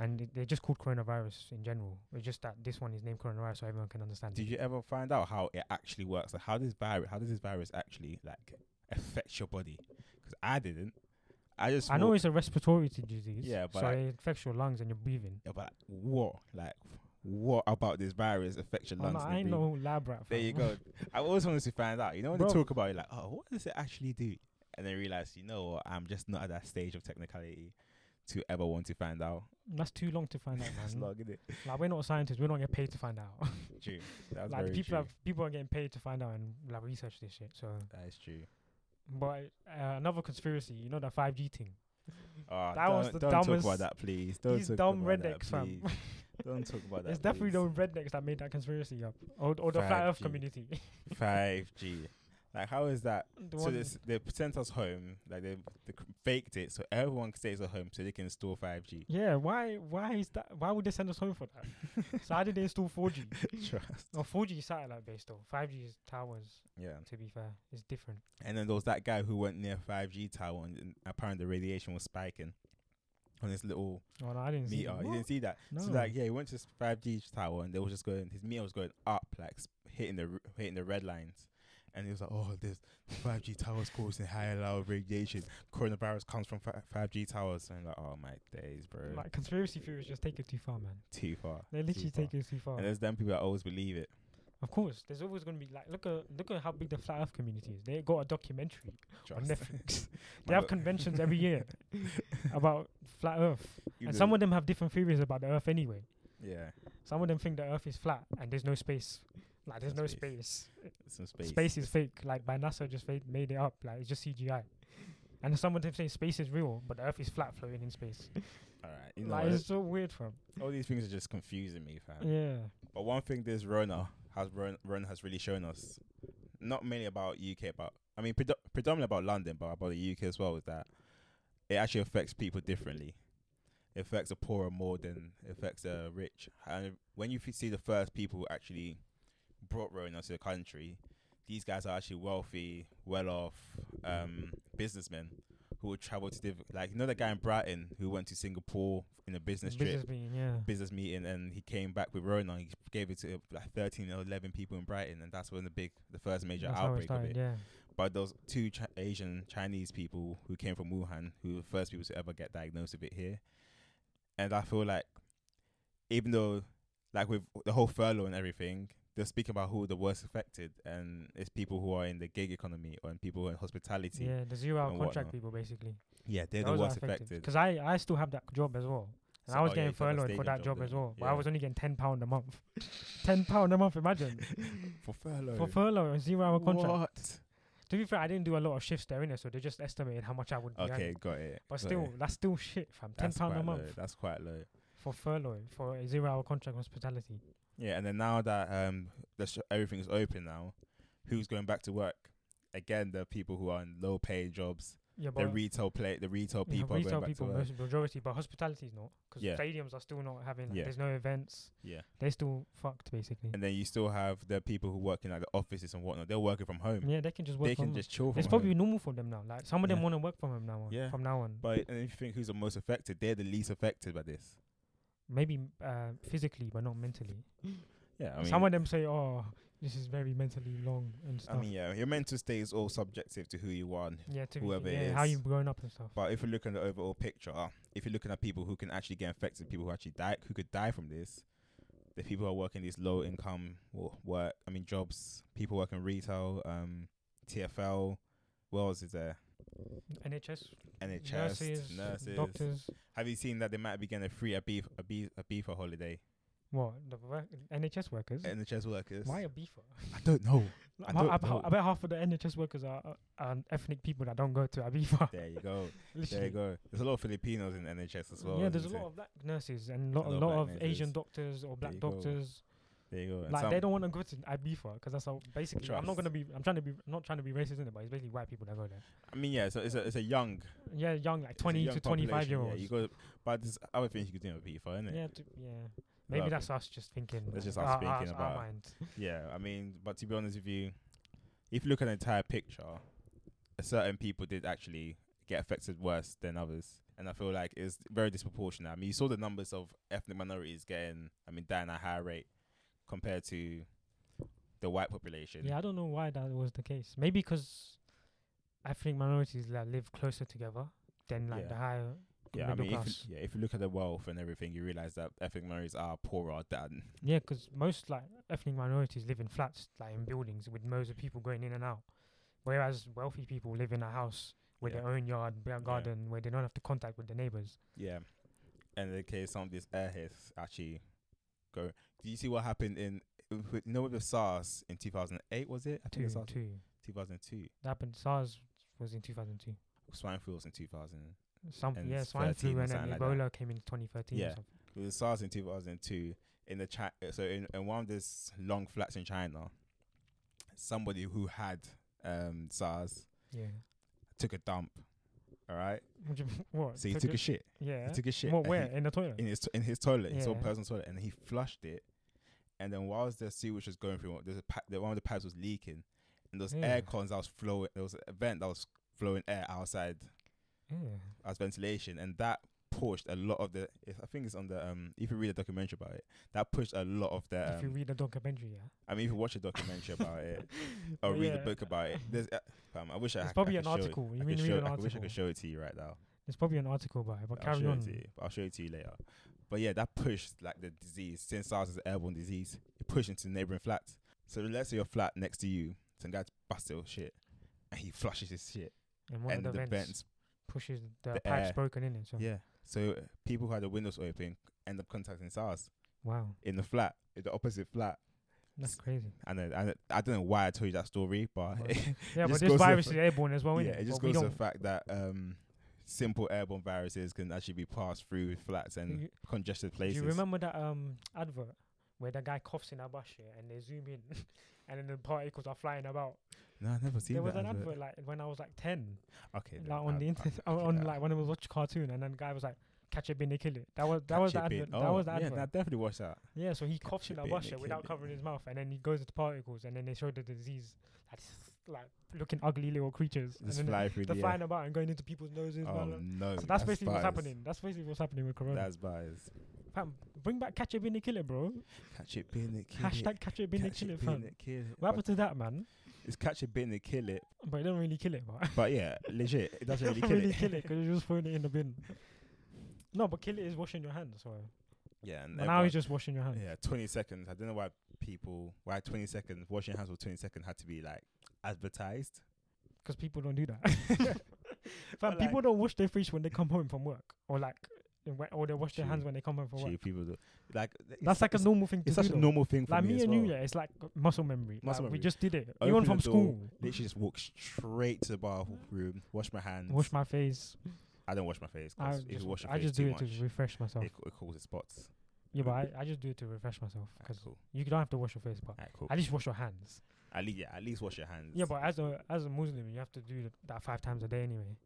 Speaker 2: and it, they're just called coronavirus in general. It's just that this one is named coronavirus, so everyone can understand.
Speaker 1: Did
Speaker 2: it.
Speaker 1: you ever find out how it actually works? Like how this virus, how does this virus actually like affect your body? 'Cause I didn't. I just
Speaker 2: I know
Speaker 1: thought-
Speaker 2: it's a respiratory t- disease.
Speaker 1: Yeah, but
Speaker 2: so
Speaker 1: like-
Speaker 2: it affects your lungs and your breathing.
Speaker 1: Yeah, but like, what like what about this virus affects your
Speaker 2: Oh, no,
Speaker 1: lungs? and
Speaker 2: I ain't
Speaker 1: breathing?
Speaker 2: no lab rat.
Speaker 1: There
Speaker 2: fam. <laughs>
Speaker 1: you go. I always wanted to find out. You know when they
Speaker 2: Bro.
Speaker 1: talk about it, like oh, what does it actually do? And then realize you know what, I'm just not at that stage of technicality to ever want to find out. Mm.
Speaker 2: That's too long
Speaker 1: <laughs>
Speaker 2: to find out,
Speaker 1: That's
Speaker 2: man.
Speaker 1: not good. it?
Speaker 2: Like we're not scientists, we don't get paid to find out.
Speaker 1: True. That's
Speaker 2: <laughs> like the
Speaker 1: very
Speaker 2: people
Speaker 1: true.
Speaker 2: have people are getting paid to find out and like research this shit. So,
Speaker 1: that is true.
Speaker 2: but uh, another conspiracy, you know that five G thing.
Speaker 1: Oh,
Speaker 2: That
Speaker 1: don't,
Speaker 2: was the
Speaker 1: don't talk about
Speaker 2: dumbest-
Speaker 1: that, please. Don't
Speaker 2: These
Speaker 1: talk
Speaker 2: dumb
Speaker 1: about that,
Speaker 2: rednecks, fam. <laughs>
Speaker 1: please. Don't talk about that.
Speaker 2: It's definitely
Speaker 1: please.
Speaker 2: those rednecks that made that conspiracy up, or, or the flat Earth
Speaker 1: 5G.
Speaker 2: community. <laughs>
Speaker 1: five G. Like, how is that?
Speaker 2: The
Speaker 1: so
Speaker 2: one-
Speaker 1: they s- they sent us home. Like they, they c- faked it so everyone stays at home so they can install five G.
Speaker 2: yeah, why why is that? Why would they send us home for
Speaker 1: <laughs>
Speaker 2: that? so how did they install four G?
Speaker 1: Trust.
Speaker 2: Well, four G is satellite based though. Five G is towers.
Speaker 1: Yeah.
Speaker 2: To be fair, it's different.
Speaker 1: And then there was that guy who went near five G tower and, and apparently the radiation was spiking on his little
Speaker 2: Oh no, I didn't see.
Speaker 1: meter. You didn't see that. So
Speaker 2: No.
Speaker 1: like, yeah, he went to his five G tower and they was just going. His meter was going up, like s- hitting the r- hitting the red lines. And he was like, "Oh, this five G towers causing higher level of radiation. Coronavirus comes from five G towers." And I'm like, "Oh my days, bro,
Speaker 2: Like conspiracy theories just take it too far, man.
Speaker 1: too far."
Speaker 2: They literally
Speaker 1: too far.
Speaker 2: take it too far.
Speaker 1: And there's them people that always believe it.
Speaker 2: Of course, there's always going to be like look at look at how big the flat Earth community is. They got a documentary on
Speaker 1: Trust.
Speaker 2: Netflix. <laughs> they have conventions
Speaker 1: <laughs>
Speaker 2: every year about flat Earth,
Speaker 1: You
Speaker 2: and
Speaker 1: know-
Speaker 2: some of them have different theories about the Earth anyway.
Speaker 1: yeah,
Speaker 2: Some of them think the Earth is flat and there's no space. Like there's
Speaker 1: No
Speaker 2: no
Speaker 1: space.
Speaker 2: space.
Speaker 1: some space.
Speaker 2: Space, is fake. Like by NASA just made, made it up. Like it's just CGI. And some of them say space is real, but the Earth is flat floating in space.
Speaker 1: All right, you know
Speaker 2: like
Speaker 1: what? Uh,
Speaker 2: it's so weird, fam.
Speaker 1: all these things are just confusing me, fam.
Speaker 2: Yeah,
Speaker 1: But one thing this Rona has Rona, Rona has really shown us, not mainly about UK, but I mean, predo- predominantly about London, but about the UK as well, is that it actually affects people differently. It affects the poor more than it affects the rich. And when you f- see the first people actually brought rowing onto the country, these guys are actually wealthy, well off um, businessmen who would travel to diff- like you know that guy in Brighton who went to Singapore in a business trip
Speaker 2: Business being, yeah.
Speaker 1: business meeting and he came back with Rona. He gave it to like 13 or 11 people in Brighton, and that's when the big, the first major
Speaker 2: That's how it
Speaker 1: outbreak
Speaker 2: started,
Speaker 1: of it.
Speaker 2: yeah.
Speaker 1: But those two Chi- Asian Chinese people who came from Wuhan, who were the first people to ever get diagnosed with it here, and I feel like even though, like with the whole furlough and everything, they're speaking about who the worst affected, and it's people who are in the gig economy or in people who are in hospitality. Yeah,
Speaker 2: Yeah, the zero hour
Speaker 1: and
Speaker 2: contract
Speaker 1: whatnot.
Speaker 2: people basically.
Speaker 1: they're the worst affected.
Speaker 2: Because I, I still have that job as well. And
Speaker 1: So-
Speaker 2: I was
Speaker 1: oh, yeah,
Speaker 2: getting
Speaker 1: you got that
Speaker 2: furloughed for
Speaker 1: stadium
Speaker 2: that
Speaker 1: job,
Speaker 2: job
Speaker 1: don't
Speaker 2: as
Speaker 1: you?
Speaker 2: well. But I
Speaker 1: Yeah.
Speaker 2: was only getting ten pound a month. <laughs> ten pound a month, imagine.
Speaker 1: <laughs> for furlough.
Speaker 2: for furlough and zero hour contract.
Speaker 1: What?
Speaker 2: To be fair, I didn't do a lot of shifts there in so they just estimated how much I would be. earning.
Speaker 1: Okay, got it.
Speaker 2: But
Speaker 1: got
Speaker 2: still,
Speaker 1: it.
Speaker 2: that's still shit, fam. Ten
Speaker 1: That's
Speaker 2: pound a
Speaker 1: quite
Speaker 2: month
Speaker 1: Low. That's quite low.
Speaker 2: for furlough for a zero hour contract hospitality.
Speaker 1: Yeah, and then now that um the sh- everything's open now, who's going back to work? Again, the people who are in low paid jobs,
Speaker 2: Yeah, but
Speaker 1: the retail play, the retail
Speaker 2: yeah,
Speaker 1: people are
Speaker 2: retail
Speaker 1: going back
Speaker 2: people
Speaker 1: to work.
Speaker 2: most majority, but hospitality is not because
Speaker 1: Yeah.
Speaker 2: stadiums are still not having. Like,
Speaker 1: Yeah.
Speaker 2: There's no events.
Speaker 1: Yeah,
Speaker 2: They're still fucked basically.
Speaker 1: and then you still have the people who work in like the offices and whatnot. They're working from home.
Speaker 2: yeah, they can just work
Speaker 1: they
Speaker 2: from.
Speaker 1: can just chill from
Speaker 2: it's
Speaker 1: home.
Speaker 2: probably normal for them now. Like some of them
Speaker 1: Yeah.
Speaker 2: want to work from home now. on-
Speaker 1: Yeah.
Speaker 2: From now on,
Speaker 1: but and if you think who's the most affected, they're the least affected by this.
Speaker 2: maybe uh, physically, but not mentally.
Speaker 1: Yeah, I mean,
Speaker 2: some of them say, "Oh, this is very mentally long and
Speaker 1: I
Speaker 2: stuff."
Speaker 1: mean, yeah, your mental state is all subjective to who you are. and-
Speaker 2: yeah, to
Speaker 1: whoever
Speaker 2: be,
Speaker 1: it
Speaker 2: yeah, how
Speaker 1: is.
Speaker 2: you've grown up and stuff.
Speaker 1: But if you're looking at the overall picture, if you're looking at people who can actually get infected, people who actually die, who could die from this, the people who are working these low income wo- work, I mean jobs, people working retail, um, TFL, what else is there?
Speaker 2: NHS,
Speaker 1: NHS,
Speaker 2: nurses, doctors.
Speaker 1: Have you seen that they might be getting a free a beef a beef a beef holiday?
Speaker 2: What the work, NHS workers?
Speaker 1: NHS workers.
Speaker 2: Why a beefer?
Speaker 1: I don't know. I
Speaker 2: I, I,
Speaker 1: don't know.
Speaker 2: bet half of the NHS workers are, uh, are ethnic people that don't go to Abifa.
Speaker 1: There you go. there
Speaker 2: <laughs> Literally.
Speaker 1: you go. There's a lot of Filipinos in NHS as well.
Speaker 2: yeah, there's a
Speaker 1: isn't
Speaker 2: lot
Speaker 1: there?
Speaker 2: of black nurses and lot,
Speaker 1: A
Speaker 2: a
Speaker 1: lot
Speaker 2: lot,
Speaker 1: of
Speaker 2: of
Speaker 1: black
Speaker 2: Asian
Speaker 1: nurses.
Speaker 2: doctors or black
Speaker 1: you go.
Speaker 2: doctors.
Speaker 1: There you go. And
Speaker 2: Like they
Speaker 1: some-
Speaker 2: don't want to go to Ibiza because that's how basically. I'm not
Speaker 1: Trust.
Speaker 2: gonna be. I'm trying to be. I'm not trying to be racist in it, but it's basically white people that go there.
Speaker 1: I mean, yeah. So it's a it's a young
Speaker 2: Yeah, young like
Speaker 1: it's a
Speaker 2: 20
Speaker 1: young
Speaker 2: to 25
Speaker 1: population,
Speaker 2: year olds.
Speaker 1: Yeah, you go. But there's other things you could do with FIFA, isn't it?
Speaker 2: yeah, t- yeah. Maybe
Speaker 1: Well,
Speaker 2: that's us just thinking.
Speaker 1: that's just
Speaker 2: uh,
Speaker 1: us
Speaker 2: our-
Speaker 1: thinking
Speaker 2: our-
Speaker 1: about-
Speaker 2: our mind.
Speaker 1: Yeah, I mean, but to be honest with you, if you look at the entire picture, certain people did actually get affected worse than others. And I feel like it's very disproportionate. I mean, you saw the numbers of ethnic minorities getting, I mean, dying at a higher rate compared to the white population.
Speaker 2: Yeah, I don't know why that was the case. Maybe because ethnic minorities like live closer together than like
Speaker 1: Yeah.
Speaker 2: the higher
Speaker 1: yeah I
Speaker 2: middle
Speaker 1: mean, if you,
Speaker 2: class.
Speaker 1: yeah, if you look at the wealth and everything, you realize that ethnic minorities are poorer than.
Speaker 2: Yeah, 'cause most like ethnic minorities live in flats, like in buildings, with loads of people going in and out. Whereas wealthy people live in a house with
Speaker 1: Yeah.
Speaker 2: their own yard, their garden, where they don't have to contact with the neighbors.
Speaker 1: Yeah. And in the case some of these airheads actually go. Do you see what happened in, with, you know, with the SARS in 2008, was it? I
Speaker 2: Two,
Speaker 1: think the SARS
Speaker 2: two.
Speaker 1: 2002.
Speaker 2: That happened. SARS was in 2002.
Speaker 1: swine flu was in 2000.
Speaker 2: Some
Speaker 1: And
Speaker 2: yeah,
Speaker 1: it's
Speaker 2: swine
Speaker 1: 13
Speaker 2: flu
Speaker 1: or
Speaker 2: and then
Speaker 1: something like
Speaker 2: Ebola
Speaker 1: that.
Speaker 2: came in 2013.
Speaker 1: Yeah.
Speaker 2: Or something.
Speaker 1: It was SARS in 2002 in the China. So in, in one of these long flats in China, somebody who had um, SARS
Speaker 2: Yeah. <laughs>
Speaker 1: took a dump. All right,
Speaker 2: What? you mean- what,
Speaker 1: so he took a shit.
Speaker 2: yeah.
Speaker 1: He took a shit.
Speaker 2: what?
Speaker 1: and <laughs>
Speaker 2: Where?
Speaker 1: he-
Speaker 2: in the toilet.
Speaker 1: in his in his toilet, his own
Speaker 2: Yeah.
Speaker 1: personal toilet, and he flushed it. And then whilst the sewage was going through, there's a pa- the, one of the pipes was leaking, and those
Speaker 2: Yeah.
Speaker 1: air cons that was flowing. There was a vent that was flowing air outside
Speaker 2: yeah.
Speaker 1: as ventilation, and that pushed a lot of the. if- I think it's on the. Um, if you read a documentary about it, that pushed a lot of the.
Speaker 2: if you
Speaker 1: um,
Speaker 2: read the documentary, yeah.
Speaker 1: I mean, if you watch a documentary about it
Speaker 2: <laughs>
Speaker 1: or read a
Speaker 2: Yeah.
Speaker 1: book about it, there's. Uh, fam, I wish I.
Speaker 2: It's
Speaker 1: I
Speaker 2: probably
Speaker 1: could
Speaker 2: an
Speaker 1: show it-
Speaker 2: article. You
Speaker 1: I,
Speaker 2: mean
Speaker 1: could
Speaker 2: read
Speaker 1: show,
Speaker 2: an
Speaker 1: I wish I
Speaker 2: article.
Speaker 1: could show it to you right now.
Speaker 2: There's probably an article about it, but
Speaker 1: I'll
Speaker 2: carry
Speaker 1: show
Speaker 2: on.
Speaker 1: it to you. but I'll show it to you later. But yeah, that pushed like the disease. Since SARS is an airborne disease, it pushed into neighboring flats. So let's say your flat next to you, some guy busts your shit, and he flushes his shit,
Speaker 2: And one
Speaker 1: and
Speaker 2: of
Speaker 1: the
Speaker 2: the vents,
Speaker 1: vents
Speaker 2: pushes the,
Speaker 1: the
Speaker 2: pipe's
Speaker 1: air.
Speaker 2: broken in it. So
Speaker 1: Yeah. So uh, people who had the windows open end up contacting SARS
Speaker 2: wow,
Speaker 1: in the flat, in the opposite flat.
Speaker 2: that's
Speaker 1: S-
Speaker 2: crazy.
Speaker 1: And then, and then- I don't know why I told you that story, but
Speaker 2: Well,
Speaker 1: it,
Speaker 2: Yeah,
Speaker 1: just
Speaker 2: but
Speaker 1: goes to
Speaker 2: this
Speaker 1: the
Speaker 2: virus
Speaker 1: fa-
Speaker 2: is airborne as
Speaker 1: <laughs>
Speaker 2: well,
Speaker 1: yeah,
Speaker 2: innit?
Speaker 1: it just
Speaker 2: But we
Speaker 1: goes to the
Speaker 2: don't-
Speaker 1: fact that um, simple airborne viruses can actually be passed through flats and
Speaker 2: you-
Speaker 1: congested
Speaker 2: Do
Speaker 1: places.
Speaker 2: you remember that um <laughs> advert where the guy coughs in a bus yeah, and they zoom in, and then the particles are flying about?
Speaker 1: No, I've never seen
Speaker 2: There
Speaker 1: that.
Speaker 2: was an
Speaker 1: advert.
Speaker 2: advert like when I was like ten,
Speaker 1: Okay. then
Speaker 2: like on
Speaker 1: I'll-
Speaker 2: the internet,
Speaker 1: I'll
Speaker 2: <laughs> on
Speaker 1: check that
Speaker 2: like
Speaker 1: out.
Speaker 2: when I was watching cartoon, and then guy was like, "Catch it, bin it, kill it." That was that
Speaker 1: Catch
Speaker 2: was the
Speaker 1: it, bin.
Speaker 2: advert. that was the
Speaker 1: Oh,
Speaker 2: advert.
Speaker 1: Yeah, I definitely watched that.
Speaker 2: Yeah, so he
Speaker 1: Catch
Speaker 2: coughs
Speaker 1: it,
Speaker 2: in a
Speaker 1: bin
Speaker 2: bush
Speaker 1: it, kill
Speaker 2: without
Speaker 1: it.
Speaker 2: covering his mouth, and then he goes into particles, and then they show the disease, like s- like looking ugly little creatures,
Speaker 1: Just
Speaker 2: and then
Speaker 1: fly through
Speaker 2: they're
Speaker 1: the
Speaker 2: flying
Speaker 1: air.
Speaker 2: about and going into people's noses. blah,
Speaker 1: Oh
Speaker 2: blah.
Speaker 1: no.
Speaker 2: So that's, basically what's
Speaker 1: biased.
Speaker 2: happening. That's basically what's happening with Corona.
Speaker 1: That's biased.
Speaker 2: Fam, bring back catch it, bin it, kill it, bro.
Speaker 1: Catch it, bin it, kill
Speaker 2: Hashtag
Speaker 1: it.
Speaker 2: catch it, bin
Speaker 1: <laughs>
Speaker 2: it,
Speaker 1: Catch
Speaker 2: kill it,
Speaker 1: bin
Speaker 2: fam.
Speaker 1: it, kill it.
Speaker 2: What
Speaker 1: But
Speaker 2: happened to that, man?
Speaker 1: It's catch it, bin it, kill it.
Speaker 2: But it don't really kill it, but
Speaker 1: But yeah, legit. It doesn't really
Speaker 2: Don't
Speaker 1: kill
Speaker 2: really
Speaker 1: it.
Speaker 2: kill <laughs> it because you're just throwing it in the
Speaker 1: <laughs>
Speaker 2: bin. No, but kill it is washing your hands. So
Speaker 1: Yeah. And
Speaker 2: But now
Speaker 1: everyone-
Speaker 2: he's just washing your hands.
Speaker 1: Yeah, 20 seconds. I don't know why people, why 20 seconds, washing hands with 20 seconds had to be like advertised.
Speaker 2: because people don't do
Speaker 1: <laughs>
Speaker 2: that. <laughs> Fam,
Speaker 1: But,
Speaker 2: people
Speaker 1: like-
Speaker 2: don't wash their face when they come home from work, or like, they wa- or they wash their hands
Speaker 1: True.
Speaker 2: when they come home from
Speaker 1: Gee,
Speaker 2: work.
Speaker 1: people do. Like, it's
Speaker 2: That's like a
Speaker 1: it's,
Speaker 2: normal thing to
Speaker 1: It's
Speaker 2: do.
Speaker 1: such a
Speaker 2: though.
Speaker 1: normal thing for
Speaker 2: like
Speaker 1: me,
Speaker 2: me
Speaker 1: as
Speaker 2: and
Speaker 1: well.
Speaker 2: you, yeah, it's like muscle memory.
Speaker 1: Muscle
Speaker 2: like, We
Speaker 1: memory.
Speaker 2: just did it.
Speaker 1: Open
Speaker 2: Even
Speaker 1: the
Speaker 2: from
Speaker 1: door,
Speaker 2: school,
Speaker 1: Literally just walk straight to the bathroom, wash my hands.
Speaker 2: wash my face.
Speaker 1: I don't wash my face
Speaker 2: I
Speaker 1: 'cause if
Speaker 2: just,
Speaker 1: you wash your
Speaker 2: I
Speaker 1: face
Speaker 2: just
Speaker 1: too
Speaker 2: do it
Speaker 1: much,
Speaker 2: to refresh myself.
Speaker 1: it, it causes spots.
Speaker 2: yeah, but I, I just do it to refresh myself
Speaker 1: Alright,
Speaker 2: because
Speaker 1: cool.
Speaker 2: you don't have to wash your face, but
Speaker 1: Alright, cool.
Speaker 2: at least wash your hands.
Speaker 1: At least, yeah, at least wash your hands.
Speaker 2: Yeah, but as a as a Muslim, you have to do that five times a day anyway.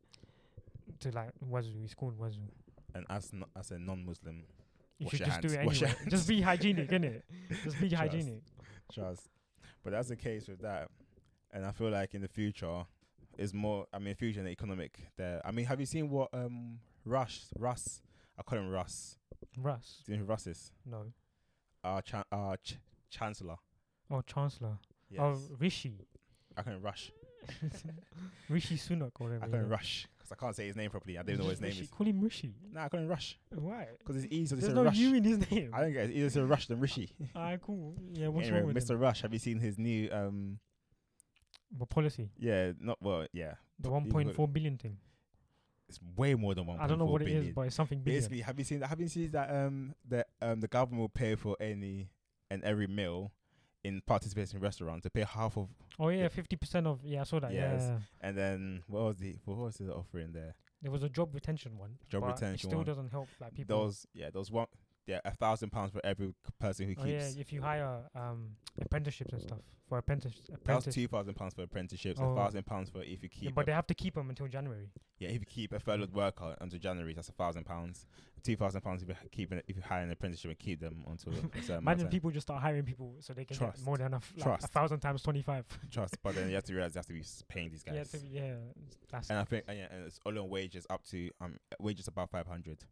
Speaker 2: To like wazu, it's called wazu.
Speaker 1: and as no, as a non-Muslim,
Speaker 2: You
Speaker 1: Wash
Speaker 2: should
Speaker 1: your
Speaker 2: just do
Speaker 1: hands,
Speaker 2: it
Speaker 1: wash your
Speaker 2: anyway. Just be hygienic,
Speaker 1: <laughs>
Speaker 2: innit? Just be
Speaker 1: Trust.
Speaker 2: hygienic.
Speaker 1: trust. But that's the case with that, and I feel like in the future, is more. I mean, future and economic. There. I mean, have you seen what um Rush Russ? I call him Russ.
Speaker 2: Russ,
Speaker 1: Do you know who Russ is?
Speaker 2: no.
Speaker 1: Our chan- our ch- chancellor.
Speaker 2: Oh, Chancellor.
Speaker 1: Yes.
Speaker 2: Oh,
Speaker 1: <laughs>
Speaker 2: Rishi.
Speaker 1: I can Rush.
Speaker 2: Rishi Sunak or
Speaker 1: I
Speaker 2: whatever.
Speaker 1: can Rush because I can't say his name properly. I don't know what his name
Speaker 2: Rishi.
Speaker 1: is.
Speaker 2: Call him Rishi.
Speaker 1: Nah, I call him Rush
Speaker 2: Why?
Speaker 1: because it's easier to
Speaker 2: There's
Speaker 1: say
Speaker 2: no
Speaker 1: Rush.
Speaker 2: U in his name.
Speaker 1: I don't get it. It's easier to say Rush than Rishi.
Speaker 2: Ah, cool. Yeah, what's
Speaker 1: anyway,
Speaker 2: wrong with
Speaker 1: Mr.
Speaker 2: him?
Speaker 1: Rush, have you seen his new um?
Speaker 2: But policy,
Speaker 1: Yeah, not well. Yeah,
Speaker 2: the
Speaker 1: He's got-
Speaker 2: 1.4 billion thing.
Speaker 1: it's way more than one.
Speaker 2: I don't know what it is, but it's something billion.
Speaker 1: basically, have you seen that? Have you seen that? Um, that um, the government will pay for any and every meal in participating restaurants. They pay half of,
Speaker 2: Oh yeah,
Speaker 1: Yeah.
Speaker 2: 50% of yeah, I saw that.
Speaker 1: Yes.
Speaker 2: Yeah,
Speaker 1: and then what was the what was the offering there?
Speaker 2: there was a job retention one.
Speaker 1: Job
Speaker 2: but It
Speaker 1: retention
Speaker 2: still
Speaker 1: one.
Speaker 2: doesn't help like people.
Speaker 1: Those yeah, those one yeah, a thousand pounds for every c- person who
Speaker 2: oh yeah,
Speaker 1: keeps.
Speaker 2: if you hire um apprenticeships and stuff for apprentice
Speaker 1: That's
Speaker 2: apprentice.
Speaker 1: two thousand pounds for apprenticeships, a
Speaker 2: Oh.
Speaker 1: thousand pounds for if you
Speaker 2: Yeah,
Speaker 1: keep.
Speaker 2: but
Speaker 1: a,
Speaker 2: they have to keep them until January.
Speaker 1: yeah, if you keep a furloughed worker until January, that's a thousand pounds. Two thousand pounds if you h- keep an, if you hire an apprenticeship and keep them until a certain amount
Speaker 2: Imagine
Speaker 1: of time.
Speaker 2: people just start hiring people so they can
Speaker 1: Trust.
Speaker 2: get more than a, f- like, a
Speaker 1: Trust.
Speaker 2: thousand times 25.
Speaker 1: Trust, but then you have to realize you have to be s- paying these guys.
Speaker 2: <laughs> yeah, to, be- yeah, that's
Speaker 1: and I think and, yeah, and it's all on wages up to um wages about five hundred.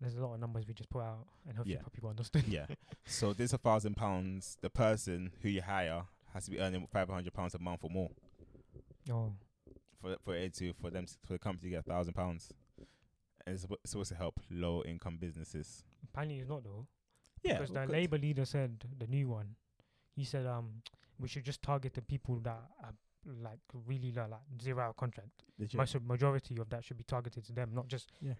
Speaker 2: there's a lot of numbers we just put out, and hopefully
Speaker 1: Yeah.
Speaker 2: people understood.
Speaker 1: yeah. So this a thousand pounds. The person who you hire has to be earning five hundred pounds a month or more
Speaker 2: Oh,
Speaker 1: for for it to for them to, for the company to get a thousand pounds. And it's suppo- supposed to help low income businesses.
Speaker 2: apparently it's not though,
Speaker 1: Yeah,
Speaker 2: because
Speaker 1: well,
Speaker 2: the
Speaker 1: good.
Speaker 2: Labour leader said the new one. He said um we should just target the people that are like really low, like zero hour contract.
Speaker 1: Legit.
Speaker 2: Most of majority of that should be targeted to them, not just
Speaker 1: Yeah.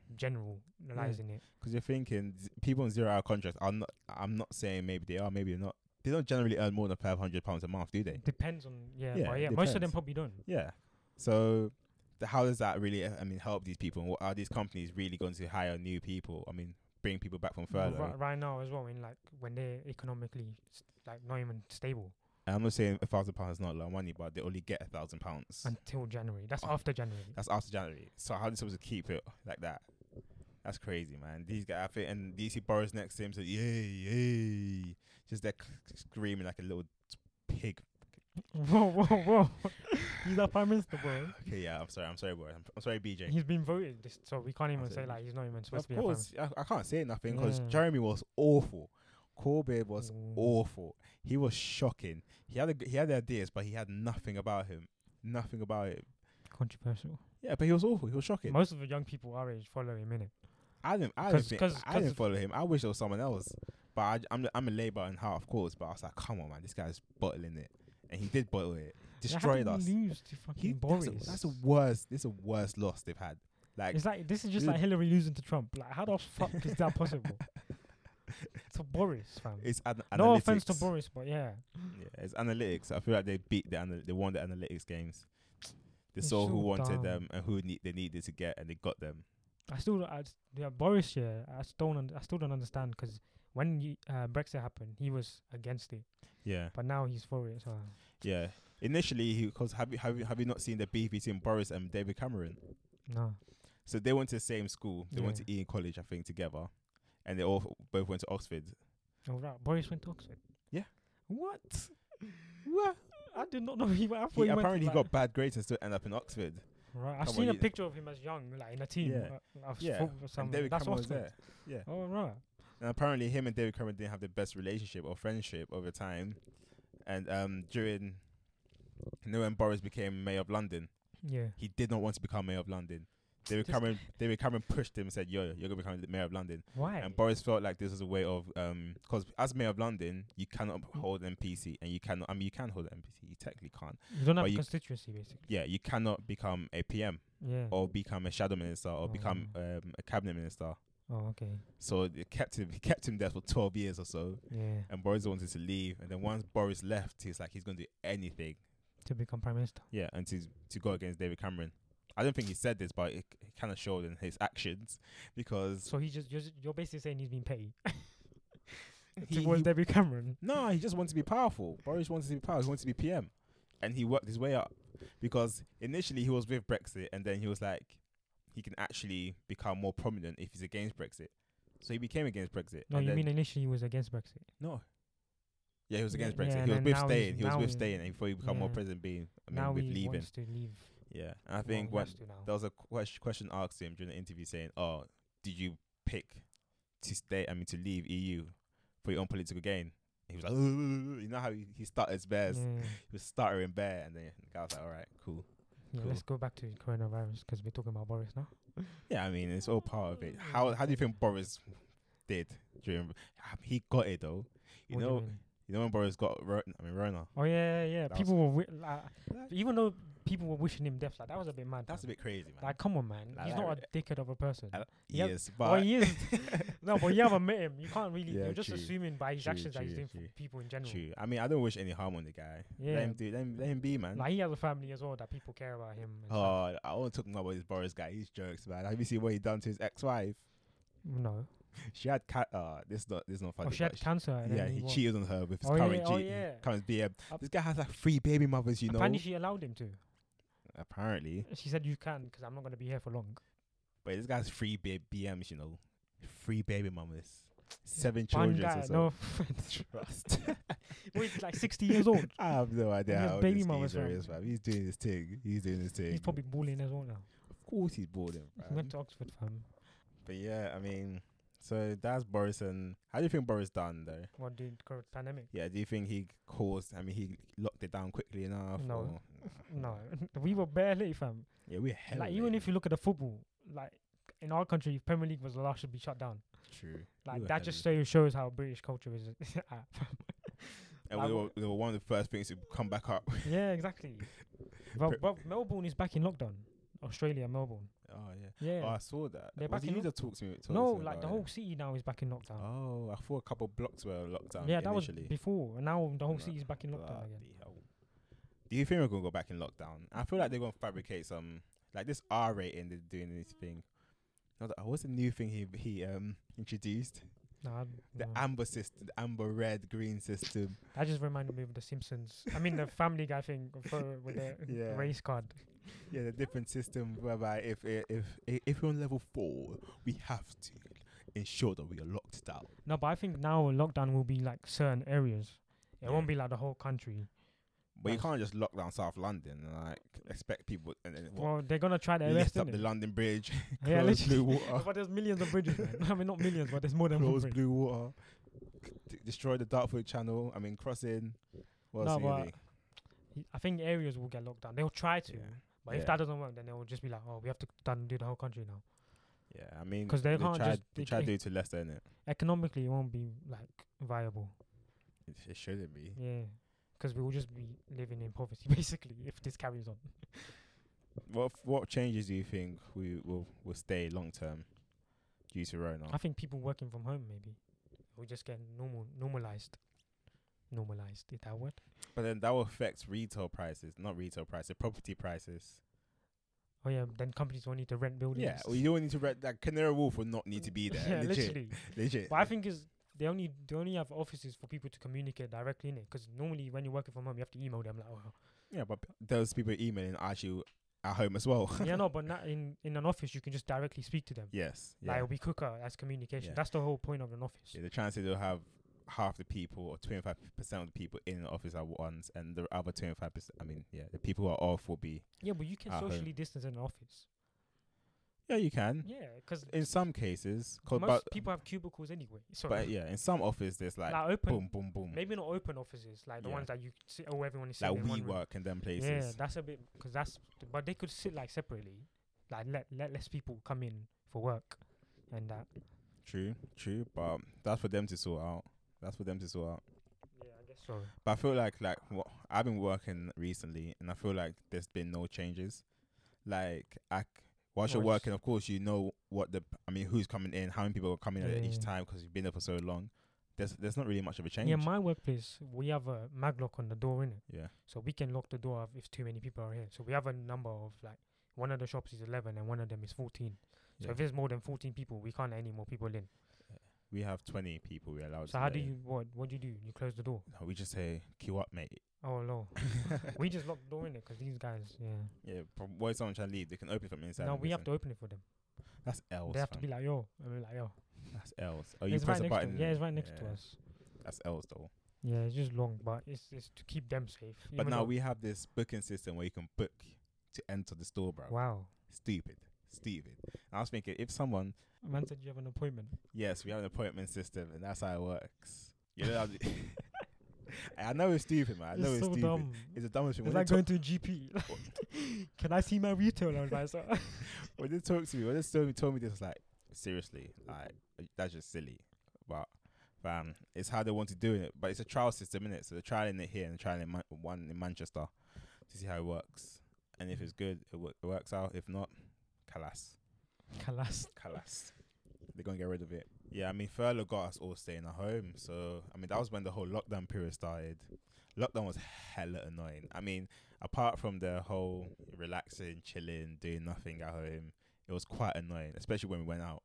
Speaker 2: generalizing it.
Speaker 1: 'Cause you're thinking z- people on zero hour contracts. I'm not. I'm not saying maybe they are. Maybe they're not. They don't generally earn more than five hundred pounds a month, do they?
Speaker 2: Depends on yeah,
Speaker 1: Yeah,
Speaker 2: but
Speaker 1: it
Speaker 2: yeah, most of them
Speaker 1: depends.
Speaker 2: probably don't.
Speaker 1: Yeah. So th- how does that really, uh, I mean, help these people? And what are these companies really going to hire new people? I mean, bring people back from
Speaker 2: Well,
Speaker 1: furlough.
Speaker 2: ri- right now as well, in like when they're economically s like not even stable
Speaker 1: And I'm not saying a thousand pounds is not a lot of money, but they only get a thousand pounds.
Speaker 2: until January. That's
Speaker 1: Oh.
Speaker 2: after January.
Speaker 1: That's after January. So how are they supposed to keep it like that? That's crazy, man. These guys, I think, and do you see Boris next to him, so yay, yay, just they're c- screaming like a little pig.
Speaker 2: <laughs> whoa, whoa, whoa!
Speaker 1: <laughs>
Speaker 2: He's our prime minister,
Speaker 1: <sighs>
Speaker 2: bro.
Speaker 1: Okay, yeah, I'm sorry, I'm sorry, boy, I'm, I'm sorry, BJ.
Speaker 2: He's been voted, this, so we can't even say
Speaker 1: Absolutely.
Speaker 2: like he's not even supposed
Speaker 1: of
Speaker 2: to be. our prime
Speaker 1: course, I, I can't say nothing because
Speaker 2: Yeah.
Speaker 1: Jeremy was awful. Corbyn was
Speaker 2: minister. Mm.
Speaker 1: awful. He was shocking. He had a, g- he had the ideas, but he had nothing about him. Nothing about it.
Speaker 2: controversial.
Speaker 1: Yeah, but he was awful. He was shocking.
Speaker 2: Most of the young people our age follow him in it.
Speaker 1: I didn't. I
Speaker 2: 'Cause-
Speaker 1: didn't.
Speaker 2: 'cause-
Speaker 1: I
Speaker 2: 'cause
Speaker 1: didn't
Speaker 2: of-
Speaker 1: follow him. I wish there was someone else. But I, I'm I'm a Labour and heart, of course. But I was like, come on, man, this guy's bottling it, and he did bottle it. Destroyed us.
Speaker 2: Lose to fucking
Speaker 1: He,
Speaker 2: Boris.
Speaker 1: that's, a, that's a worst. This is a worst loss they've had. Like
Speaker 2: it's like this is just
Speaker 1: Dude.
Speaker 2: like Hillary losing to Trump. Like how the fuck is
Speaker 1: <laughs>
Speaker 2: that possible? to Boris, fam.
Speaker 1: it's an,
Speaker 2: no offense to
Speaker 1: analytics.
Speaker 2: Boris, but yeah,
Speaker 1: Yeah, it's analytics. I feel like they beat the anal- they won the analytics games. They
Speaker 2: It's
Speaker 1: saw
Speaker 2: so
Speaker 1: who wanted
Speaker 2: dumb.
Speaker 1: them and who need, they needed to get, and they got them.
Speaker 2: I still, I, s- yeah, Boris, yeah, I still don't, un- I still don't understand because when you, uh, Brexit happened, he was against it,
Speaker 1: Yeah,
Speaker 2: but now he's for it. So
Speaker 1: yeah. Initially, because have you have you have you not seen the beef between Boris and David Cameron?
Speaker 2: no,
Speaker 1: So they went to the same school. They went
Speaker 2: Yeah.
Speaker 1: to Eton College, I think, together, and they all both went to Oxford.
Speaker 2: oh, right. Boris went to Oxford.
Speaker 1: Yeah.
Speaker 2: What? what? I did not know he went. I thought
Speaker 1: He,
Speaker 2: he went to,
Speaker 1: apparently, he
Speaker 2: like-
Speaker 1: got bad grades and still ended up in Oxford.
Speaker 2: Right. I've
Speaker 1: Come on,
Speaker 2: seen a
Speaker 1: you-
Speaker 2: picture of him as young, like in a team.
Speaker 1: Yeah.
Speaker 2: Uh, of
Speaker 1: Yeah,
Speaker 2: football
Speaker 1: And
Speaker 2: somewhere.
Speaker 1: David
Speaker 2: That's
Speaker 1: Cameron was
Speaker 2: Oxford.
Speaker 1: there. Yeah.
Speaker 2: Oh right.
Speaker 1: And apparently, him and David Cameron didn't have the best relationship or friendship over time. And um, during, you know, when Boris became mayor of London,
Speaker 2: Yeah.
Speaker 1: he did not want to become mayor of London. David
Speaker 2: Just-
Speaker 1: Cameron, David Cameron pushed him and said, "Yo, you're gonna become the mayor of London."
Speaker 2: Why?
Speaker 1: And Boris felt like this was a way of, um, because as mayor of London, you cannot hold NPC, and you cannot. I mean, you can hold NPC. You technically can't.
Speaker 2: you don't have
Speaker 1: Well,
Speaker 2: a
Speaker 1: you-
Speaker 2: constituency, basically.
Speaker 1: Yeah, you cannot become a PM
Speaker 2: Yeah. Oh,
Speaker 1: or become a shadow minister or become um, a cabinet minister.
Speaker 2: Oh, okay.
Speaker 1: So it kept him, it kept him there for twelve years or so.
Speaker 2: Yeah.
Speaker 1: and Boris wanted to leave. And then once Boris left, he's like he's gonna do anything,
Speaker 2: To become prime minister.
Speaker 1: yeah, and to to go against David Cameron. I don't think he said this, but it, it kind of showed in his actions because
Speaker 2: So he just you're, you're basically saying he's been petty <laughs>
Speaker 1: he,
Speaker 2: towards
Speaker 1: he-
Speaker 2: David Cameron.
Speaker 1: no, he just wanted to be powerful. Boris wanted to be powerful. He wanted to be PM, and he worked his way up because initially he was with Brexit, and then he was like he can actually become more prominent if he's against Brexit. So he became against Brexit.
Speaker 2: No,
Speaker 1: and
Speaker 2: you
Speaker 1: then-
Speaker 2: mean initially he was against Brexit.
Speaker 1: no? Yeah, he was
Speaker 2: Yeah,
Speaker 1: against
Speaker 2: yeah,
Speaker 1: Brexit.
Speaker 2: and
Speaker 1: he was
Speaker 2: then
Speaker 1: with
Speaker 2: now he's-
Speaker 1: staying. He was
Speaker 2: now
Speaker 1: with
Speaker 2: he-
Speaker 1: staying, and before he become more
Speaker 2: yeah.
Speaker 1: president, being I mean,
Speaker 2: now
Speaker 1: with
Speaker 2: he
Speaker 1: leaving.
Speaker 2: wants to leave.
Speaker 1: Yeah, and I
Speaker 2: Well,
Speaker 1: think
Speaker 2: he
Speaker 1: when
Speaker 2: has to now.
Speaker 1: there was a ques- question asked to him during the interview saying, "Oh, did you pick to stay? I mean, to leave EU for your own political gain?" He was like, "Ugh," "You know how he, he started bears,
Speaker 2: yeah.
Speaker 1: he was stuttering bear," and then the guy was like, "All right, cool."
Speaker 2: Yeah,
Speaker 1: Cool.
Speaker 2: Let's go back to coronavirus because we're talking about Boris now.
Speaker 1: Yeah, I mean, it's all part of it.
Speaker 2: Mm.
Speaker 1: How how do you think Boris did during? um, He got it though. You
Speaker 2: What do
Speaker 1: know, you,
Speaker 2: mean?
Speaker 1: know when Boris got Ro- I mean Rona.
Speaker 2: Oh yeah, yeah. yeah.
Speaker 1: That was-
Speaker 2: People were wi- like, even though people were wishing him death, like that was a bit mad.
Speaker 1: That's a
Speaker 2: man.
Speaker 1: bit crazy, man.
Speaker 2: Like, come on, man.
Speaker 1: Like,
Speaker 2: He's
Speaker 1: like,
Speaker 2: not a dickhead of a person.
Speaker 1: I-
Speaker 2: yeah,
Speaker 1: yes,
Speaker 2: well,
Speaker 1: Uh, but <laughs>
Speaker 2: he is. no, but you haven't met him. You can't really.
Speaker 1: Yeah,
Speaker 2: you're just
Speaker 1: true.
Speaker 2: assuming by his
Speaker 1: True,
Speaker 2: actions that he's
Speaker 1: true,
Speaker 2: doing
Speaker 1: true.
Speaker 2: for people in general.
Speaker 1: True. I mean, I don't wish any harm on the guy.
Speaker 2: Yeah.
Speaker 1: Let him do. Let him, let him be, man.
Speaker 2: Like he has a family as well that people care about him. and stuff.
Speaker 1: Oh, I want to talk about this Boris guy. He's jokes, man. Have you seen what he done to his ex-wife?
Speaker 2: no.
Speaker 1: She had cat. Uh, this not this not funny.
Speaker 2: Oh, she had
Speaker 1: but
Speaker 2: cancer. and
Speaker 1: yeah,
Speaker 2: then
Speaker 1: he
Speaker 2: what?
Speaker 1: cheated on her with his
Speaker 2: Oh, yeah,
Speaker 1: current
Speaker 2: oh,
Speaker 1: G-
Speaker 2: yeah.
Speaker 1: current BM.
Speaker 2: Ap-
Speaker 1: This guy has like three baby mothers, you know.
Speaker 2: Apparently, she allowed him to.
Speaker 1: Apparently,
Speaker 2: She said, "You can, because I'm not going to be here for long."
Speaker 1: but this guy has three ba- BMs, you know, three baby mamas, seven
Speaker 2: One
Speaker 1: children.
Speaker 2: guy,
Speaker 1: so- so.
Speaker 2: no <laughs>
Speaker 1: <laughs>
Speaker 2: offense.
Speaker 1: Trust.
Speaker 2: Wait, he's like 60 years old.
Speaker 1: <laughs> I have no idea
Speaker 2: He has
Speaker 1: how old
Speaker 2: baby
Speaker 1: this
Speaker 2: mamas,
Speaker 1: geezer
Speaker 2: fam.
Speaker 1: is, fam. He's doing his thing. He's doing his thing.
Speaker 2: He's probably bullying as well now.
Speaker 1: of course, he's bored.
Speaker 2: He went to Oxford, fam.
Speaker 1: But yeah, I mean, so that's Boris. And how do you think Boris done though?
Speaker 2: What did COVID pandemic?
Speaker 1: Yeah, do you think he caused? I mean, he locked it down quickly enough.
Speaker 2: No.
Speaker 1: or-
Speaker 2: No, <laughs> we were bare late, fam.
Speaker 1: Yeah, we're hell.
Speaker 2: like even if you look at the football, like in our country, Premier League was the last to be shut down.
Speaker 1: true,
Speaker 2: Like
Speaker 1: were
Speaker 2: that just so shows how British culture is.
Speaker 1: <laughs>
Speaker 2: at, fam.
Speaker 1: and
Speaker 2: like,
Speaker 1: we were, we were one of the first things to come back up.
Speaker 2: <laughs>
Speaker 1: <laughs>
Speaker 2: yeah, exactly. but, but Melbourne is back in lockdown. Australia, Melbourne.
Speaker 1: Oh yeah,
Speaker 2: Yeah.
Speaker 1: oh I saw that.
Speaker 2: They're
Speaker 1: was
Speaker 2: back
Speaker 1: it
Speaker 2: in
Speaker 1: you
Speaker 2: lock-
Speaker 1: that talked to me? talked
Speaker 2: no,
Speaker 1: to me
Speaker 2: like the
Speaker 1: about
Speaker 2: whole
Speaker 1: it?
Speaker 2: city now is back in lockdown.
Speaker 1: Oh, I thought a couple blocks were locked down.
Speaker 2: yeah, that
Speaker 1: initially.
Speaker 2: was before. and Now the whole
Speaker 1: Right.
Speaker 2: city is back in lockdown again.
Speaker 1: Bloody hell. Do you think we're gonna go back in lockdown? I feel like they're gonna fabricate some like this R rating. They're doing this thing. Not that- What's the new thing he he um introduced?
Speaker 2: Nah,
Speaker 1: The
Speaker 2: no.
Speaker 1: amber system, the amber red green system.
Speaker 2: that just reminded me of the Simpsons. I mean, the Family Guy thing for, with the
Speaker 1: <laughs> Yeah.
Speaker 2: race card.
Speaker 1: Yeah, the different system whereby if i- if i- if we're on level four, we have to ensure that we are locked down.
Speaker 2: No, but I think now lockdown will be like certain areas. It
Speaker 1: Yeah.
Speaker 2: won't be like the whole country.
Speaker 1: But you
Speaker 2: That's-
Speaker 1: can't just lock down South London and like expect people and then what,
Speaker 2: Well, they're gonna try their best.
Speaker 1: lift up
Speaker 2: innit?
Speaker 1: the London Bridge, <laughs>
Speaker 2: yeah,
Speaker 1: close
Speaker 2: literally.
Speaker 1: blue water,
Speaker 2: <laughs> but there's millions of <laughs> bridges. Man. <laughs> I mean, not millions, but there's more than one
Speaker 1: close
Speaker 2: bridge.
Speaker 1: blue water, d- destroy the Dartford Channel. I mean crossing. What
Speaker 2: No,
Speaker 1: else
Speaker 2: but
Speaker 1: really?
Speaker 2: I think areas will get locked down. They'll try to,
Speaker 1: Yeah.
Speaker 2: but
Speaker 1: Yeah.
Speaker 2: if that doesn't work, then they'll just be like, oh, we have to done, do the whole country now.
Speaker 1: Yeah, I mean
Speaker 2: 'Cause they can't
Speaker 1: tried,
Speaker 2: just-
Speaker 1: they
Speaker 2: they
Speaker 1: tried to
Speaker 2: ca-
Speaker 1: do it to Leicester, innit?
Speaker 2: Economically, it won't be like viable.
Speaker 1: It, it shouldn't be.
Speaker 2: Yeah. Because we will just be living in poverty <laughs> basically if this carries on.
Speaker 1: What f- what changes do you think we will will stay long term due to Rona?
Speaker 2: I think people working from home maybe will just get normal normalized. Normalized is that a word?
Speaker 1: But then that will affect retail prices, not retail prices, property prices.
Speaker 2: Oh yeah, then companies will need to rent buildings. <laughs>
Speaker 1: Yeah, well, you don't need to rent that Canary Wolf will not need to be there. <laughs>
Speaker 2: yeah,
Speaker 1: legit,
Speaker 2: literally.
Speaker 1: legit.
Speaker 2: But I think is they only they only have offices for people to communicate directly in it. Because normally when you're working from home, you have to email them like, oh,
Speaker 1: Yeah, but p- those people emailing are actually at home as well. <laughs>
Speaker 2: yeah, no, but not in in an office you can just directly speak to them.
Speaker 1: yes.
Speaker 2: Like
Speaker 1: Yeah.
Speaker 2: it'll be quicker as communication.
Speaker 1: Yeah.
Speaker 2: That's the whole point of an office.
Speaker 1: yeah. The chances they'll have half the people or 25% of the people in the office are ones and the other 25%, I mean, yeah, the people who are off will be.
Speaker 2: Yeah, but you can
Speaker 1: At home.
Speaker 2: socially distance in an office.
Speaker 1: Yeah, you can.
Speaker 2: Yeah, because
Speaker 1: In some cases, 'cause-
Speaker 2: most
Speaker 1: but,
Speaker 2: people have cubicles anyway. <laughs> So
Speaker 1: but yeah, in some office there's like,
Speaker 2: like open,
Speaker 1: boom, boom, boom.
Speaker 2: maybe not open offices like the
Speaker 1: Yeah.
Speaker 2: ones that you sit. Oh, everyone is sitting
Speaker 1: like
Speaker 2: in one
Speaker 1: we
Speaker 2: room.
Speaker 1: work and them places.
Speaker 2: Yeah, that's a bit because that's but they could sit like separately, like let let less people come in for work, and that.
Speaker 1: True, true, but that's for them to sort out. That's for them to sort out.
Speaker 2: Yeah, I guess so.
Speaker 1: But I feel like like what I've been working recently, and I feel like there's been no changes. Like I, c- whilst you're
Speaker 2: Well, it's-
Speaker 1: working, of course you know what the I mean who's coming in, how many people are coming in at
Speaker 2: Yeah.
Speaker 1: each time because you've been there for so long. There's there's not really much of a change.
Speaker 2: Yeah,
Speaker 1: Yeah,
Speaker 2: my workplace we have a maglock on the door in it,
Speaker 1: yeah,
Speaker 2: so we can lock the door if- if too many people are here. So we have a number of like one of the shops is eleven and one of them is fourteen. So
Speaker 1: Yeah.
Speaker 2: if there's more than fourteen people, we can't let any more people in.
Speaker 1: we have 20 people we're allowed. to
Speaker 2: So how
Speaker 1: let
Speaker 2: do
Speaker 1: in.
Speaker 2: you what what do you do? You close the door.
Speaker 1: No, we just say queue up, mate.
Speaker 2: Oh
Speaker 1: <laughs>
Speaker 2: no, we just lock the door in it because these guys, yeah.
Speaker 1: Yeah, from where someone trying to leave, they can open from inside.
Speaker 2: No,
Speaker 1: and
Speaker 2: we have to
Speaker 1: listen.
Speaker 2: open it for them.
Speaker 1: That's L's.
Speaker 2: They have to
Speaker 1: fam.
Speaker 2: be like yo, and we're like yo.
Speaker 1: That's L's. Oh, you
Speaker 2: it's
Speaker 1: press
Speaker 2: right
Speaker 1: a
Speaker 2: next
Speaker 1: button.
Speaker 2: to yeah, it's right next to
Speaker 1: Yeah,
Speaker 2: us.
Speaker 1: That's L's though.
Speaker 2: Yeah, it's just long, but it's it's to keep them safe.
Speaker 1: But
Speaker 2: even
Speaker 1: now
Speaker 2: though-
Speaker 1: we have this booking system where you can book to enter the store, bro.
Speaker 2: <laughs> wow.
Speaker 1: Stupid. Stupid. And I was thinking, if someone,
Speaker 2: Man said you have an appointment.
Speaker 1: yes, we have an appointment system and that's how it works. You know, I'm- <laughs> I know it's stupid, man. I know it's,
Speaker 2: so
Speaker 1: stupid.
Speaker 2: dumb.
Speaker 1: It's the dumbest thing. When,
Speaker 2: It's like
Speaker 1: they
Speaker 2: going to
Speaker 1: <laughs>
Speaker 2: a GP. <laughs> Can I see my retail advisor?
Speaker 1: talk, <laughs> when they talk to me, when they told me, told me this, I was like, seriously, like, that's just silly. But, fam, it's how they want to do it. But it's a trial system, innit? So they're trialing it here and trialing it Man- one in Manchester to see how it works. And if it's good, it, wo- it works out. If not, calas.
Speaker 2: Kalas.
Speaker 1: Calas. They're gonna get rid of it. Yeah, I mean furlough got us all staying at home. So I mean that was when the whole lockdown period started. Lockdown was hella annoying. I mean, apart from the whole relaxing, chilling, doing nothing at home, it was quite annoying, especially when we went out.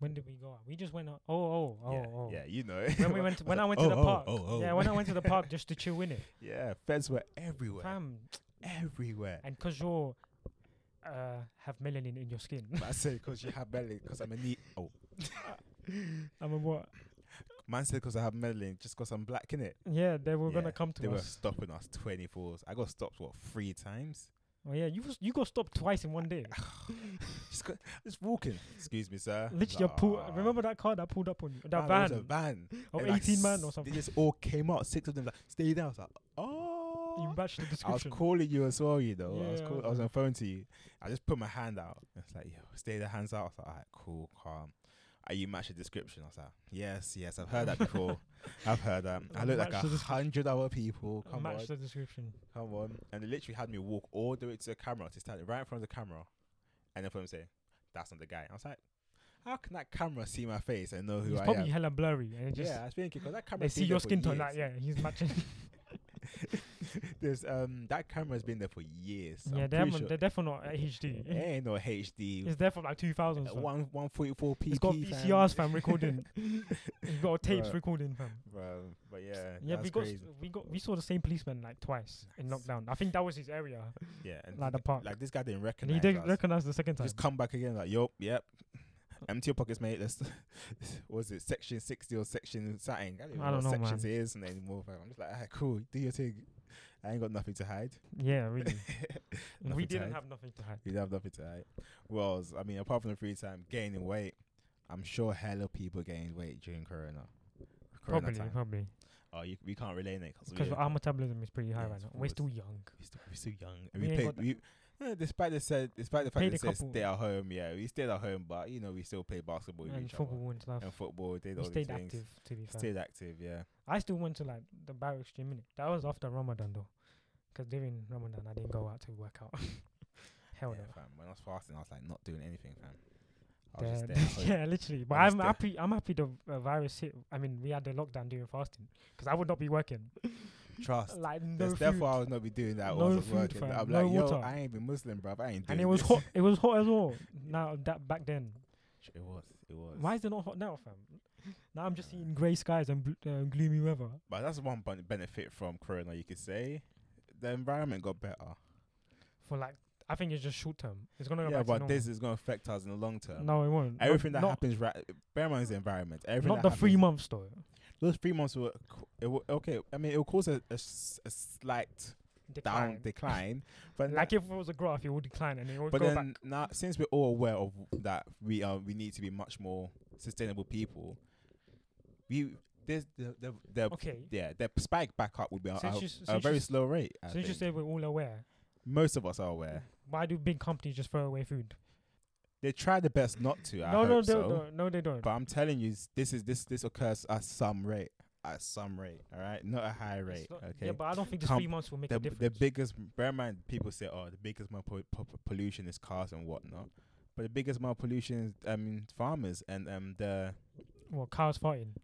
Speaker 2: When did we go? out? We just went out. Oh, oh, oh,
Speaker 1: yeah,
Speaker 2: oh.
Speaker 1: yeah, you know.
Speaker 2: When we went, to, when I went to
Speaker 1: <laughs>
Speaker 2: the
Speaker 1: Oh, oh,
Speaker 2: park.
Speaker 1: oh, oh.
Speaker 2: Yeah, when I went to the park just to chill in it.
Speaker 1: <laughs> yeah, feds were everywhere,
Speaker 2: Fam,
Speaker 1: everywhere.
Speaker 2: and cause you're uh have melanin in your skin. <laughs>
Speaker 1: But I said because you have melanin, because I'm a neat. Oh,
Speaker 2: I mean, what?
Speaker 1: man said because I have melanin, just because I'm black, innit?
Speaker 2: Yeah, they were
Speaker 1: Yeah,
Speaker 2: gonna come to
Speaker 1: They were
Speaker 2: us.
Speaker 1: stopping us twenty fours. I got stopped what three times. <laughs>
Speaker 2: Oh yeah, you was, you got stopped twice in one day.
Speaker 1: Just, go, just walking. Excuse me, sir.
Speaker 2: Literally,
Speaker 1: Like,
Speaker 2: I pull,
Speaker 1: "Ah,
Speaker 2: remember that car that pulled up on you? That
Speaker 1: man,
Speaker 2: van
Speaker 1: it Ah, was a van
Speaker 2: of
Speaker 1: And, like,
Speaker 2: 18 man or
Speaker 1: s-
Speaker 2: something.
Speaker 1: They just all came out. Six of them like stay down. I was like, oh.
Speaker 2: You matched the
Speaker 1: I was
Speaker 2: description.
Speaker 1: calling you as well, you know. I was
Speaker 2: Yeah,
Speaker 1: call-
Speaker 2: I
Speaker 1: I was on
Speaker 2: know.
Speaker 1: the phone to you. I just put my hand out. It's like, yo, stay the hands out. I was like, all right, cool, calm. Uh, you matched the description. I was like, yes, yes, I've heard that
Speaker 2: <laughs>
Speaker 1: before. I've heard that. I look like
Speaker 2: Matched the
Speaker 1: a
Speaker 2: description.
Speaker 1: hundred other people. Come on.
Speaker 2: matched the description.
Speaker 1: Come on. And they literally had me walk all the way to the camera to stand right in front of the camera. And then for him to say, That's not the guy. I was like, How can that camera see my face and know who
Speaker 2: He's
Speaker 1: I
Speaker 2: probably
Speaker 1: am?
Speaker 2: hella blurry, and it <laughs> just
Speaker 1: Yeah, I was thinking because that camera.
Speaker 2: they see your skin tone. Like, yeah, he's
Speaker 1: <laughs>
Speaker 2: matching.
Speaker 1: There's um that camera's been there for years.
Speaker 2: yeah,
Speaker 1: I'm pretty
Speaker 2: they haven't,
Speaker 1: sure.
Speaker 2: <laughs> they're definitely
Speaker 1: <laughs>
Speaker 2: not at HD.
Speaker 1: It ain't no HD.
Speaker 2: It's there from like 2000.
Speaker 1: uh,
Speaker 2: so.
Speaker 1: One one forty four p.
Speaker 2: He's got VCRs
Speaker 1: <laughs>
Speaker 2: fam recording. He's got tapes
Speaker 1: Bruh.
Speaker 2: recording fam.
Speaker 1: Bro, but yeah,
Speaker 2: Yeah,
Speaker 1: that's
Speaker 2: we got s-
Speaker 1: crazy.
Speaker 2: we got we saw the same policeman like twice in
Speaker 1: Nice.
Speaker 2: lockdown. I think that was his area,
Speaker 1: yeah, and
Speaker 2: like the park.
Speaker 1: like this guy didn't
Speaker 2: and
Speaker 1: recognize.
Speaker 2: he didn't
Speaker 1: us.
Speaker 2: recognize the second time.
Speaker 1: Just come back again, like, yo, yep. Empty your pockets, mate. <laughs> Let's. was it section sixty or section something? I don't even
Speaker 2: I don't
Speaker 1: know what
Speaker 2: know,
Speaker 1: sections it is and anymore. fam. I'm just like, ah, cool. Do your thing. I ain't got nothing to hide. <laughs>
Speaker 2: Yeah, really. we
Speaker 1: Nothing to
Speaker 2: didn't
Speaker 1: hide.
Speaker 2: have nothing to hide.
Speaker 1: You don't have nothing to hide. Well, I mean, apart from the free time, gaining weight. I'm sure hella people gained weight during Corona. Corona
Speaker 2: Probably,
Speaker 1: time.
Speaker 2: probably.
Speaker 1: Oh, you, we can't relate it because
Speaker 2: Because
Speaker 1: we're,
Speaker 2: our metabolism is pretty high
Speaker 1: Yeah,
Speaker 2: right
Speaker 1: it's
Speaker 2: now. We're
Speaker 1: always-
Speaker 2: still young.
Speaker 1: we're still, we're still young. And
Speaker 2: we
Speaker 1: we,
Speaker 2: ain't
Speaker 1: played.
Speaker 2: got
Speaker 1: We, eh, despite the said, despite the fact
Speaker 2: Played
Speaker 1: that
Speaker 2: a
Speaker 1: it says
Speaker 2: couple.
Speaker 1: stay at home, yeah, we stayed at home, but you know, we still played basketball with
Speaker 2: and
Speaker 1: each
Speaker 2: football and stuff.
Speaker 1: other and football. Did
Speaker 2: we
Speaker 1: all these
Speaker 2: stayed
Speaker 1: things.
Speaker 2: active, to be fair.
Speaker 1: Stayed active, yeah.
Speaker 2: I still went to like the barracks gym. Minute. That was after Ramadan though, because during Ramadan I didn't go out to work out. <laughs> Hell
Speaker 1: yeah,
Speaker 2: no.
Speaker 1: fam. When I was fasting, I was like not doing anything, fam. I was
Speaker 2: There-
Speaker 1: just there.
Speaker 2: <laughs>
Speaker 1: at home.
Speaker 2: yeah, literally. But
Speaker 1: I was
Speaker 2: I'm
Speaker 1: there.
Speaker 2: happy. I'm happy the uh, virus hit. I mean, we had the lockdown during fasting because I would not be working.
Speaker 1: Trust.
Speaker 2: Like <laughs> no
Speaker 1: There's
Speaker 2: food.
Speaker 1: therefore I was not be doing that.
Speaker 2: No
Speaker 1: No
Speaker 2: food,
Speaker 1: working.
Speaker 2: fam.
Speaker 1: I'm
Speaker 2: No
Speaker 1: like, yo,
Speaker 2: water.
Speaker 1: I ain't been Muslim, bruv. I ain't doing
Speaker 2: and it was
Speaker 1: this.
Speaker 2: hot. It
Speaker 1: <laughs>
Speaker 2: was hot as well. Now that back then,
Speaker 1: It was. It was.
Speaker 2: why is it not hot now, fam? Now I'm just seeing grey skies and bl- uh, gloomy weather.
Speaker 1: But that's one ben- benefit from Corona, you could say. The environment got better.
Speaker 2: For like, I think it's just short term. It's gonna go
Speaker 1: yeah,
Speaker 2: back
Speaker 1: but
Speaker 2: to normal.
Speaker 1: this is going to affect us in the long term.
Speaker 2: No, it won't. Not-
Speaker 1: Everything that
Speaker 2: not,
Speaker 1: happens, right? Bear in mind it's the environment. Everything
Speaker 2: Not
Speaker 1: that
Speaker 2: the three
Speaker 1: happens-
Speaker 2: months though.
Speaker 1: Those three months were co- it will, okay. I mean, it will cause a, a s- a slight down
Speaker 2: Decline. <laughs>
Speaker 1: decline, but
Speaker 2: Like if it was a graph, it would decline and it would
Speaker 1: But
Speaker 2: go
Speaker 1: then
Speaker 2: back.
Speaker 1: now, since we're all aware of that, we are we need to be much more sustainable people. We there's the the, the
Speaker 2: Okay.
Speaker 1: yeah the spike back up would be a,
Speaker 2: Since
Speaker 1: a-
Speaker 2: you s-
Speaker 1: a
Speaker 2: since
Speaker 1: very
Speaker 2: you s-
Speaker 1: slow rate. I
Speaker 2: So you
Speaker 1: think.
Speaker 2: just say we're all aware.
Speaker 1: Most of us are aware.
Speaker 2: Why do big companies just throw away food?
Speaker 1: They try their best not to. I
Speaker 2: no,
Speaker 1: hope
Speaker 2: no, they
Speaker 1: so.
Speaker 2: don't. no, no, they don't.
Speaker 1: But I'm telling you, s- this is this this occurs at some rate. At some rate, all right, not a high
Speaker 2: It's
Speaker 1: rate.
Speaker 2: not-
Speaker 1: okay.
Speaker 2: Yeah, but I don't think the
Speaker 1: Com-
Speaker 2: three months will make
Speaker 1: the,
Speaker 2: a
Speaker 1: b-
Speaker 2: difference.
Speaker 1: the biggest bear in mind people say oh the biggest amount of po- po- pollution is cars and whatnot but the biggest amount of pollution is i mean farmers and um the
Speaker 2: Well, cars fighting.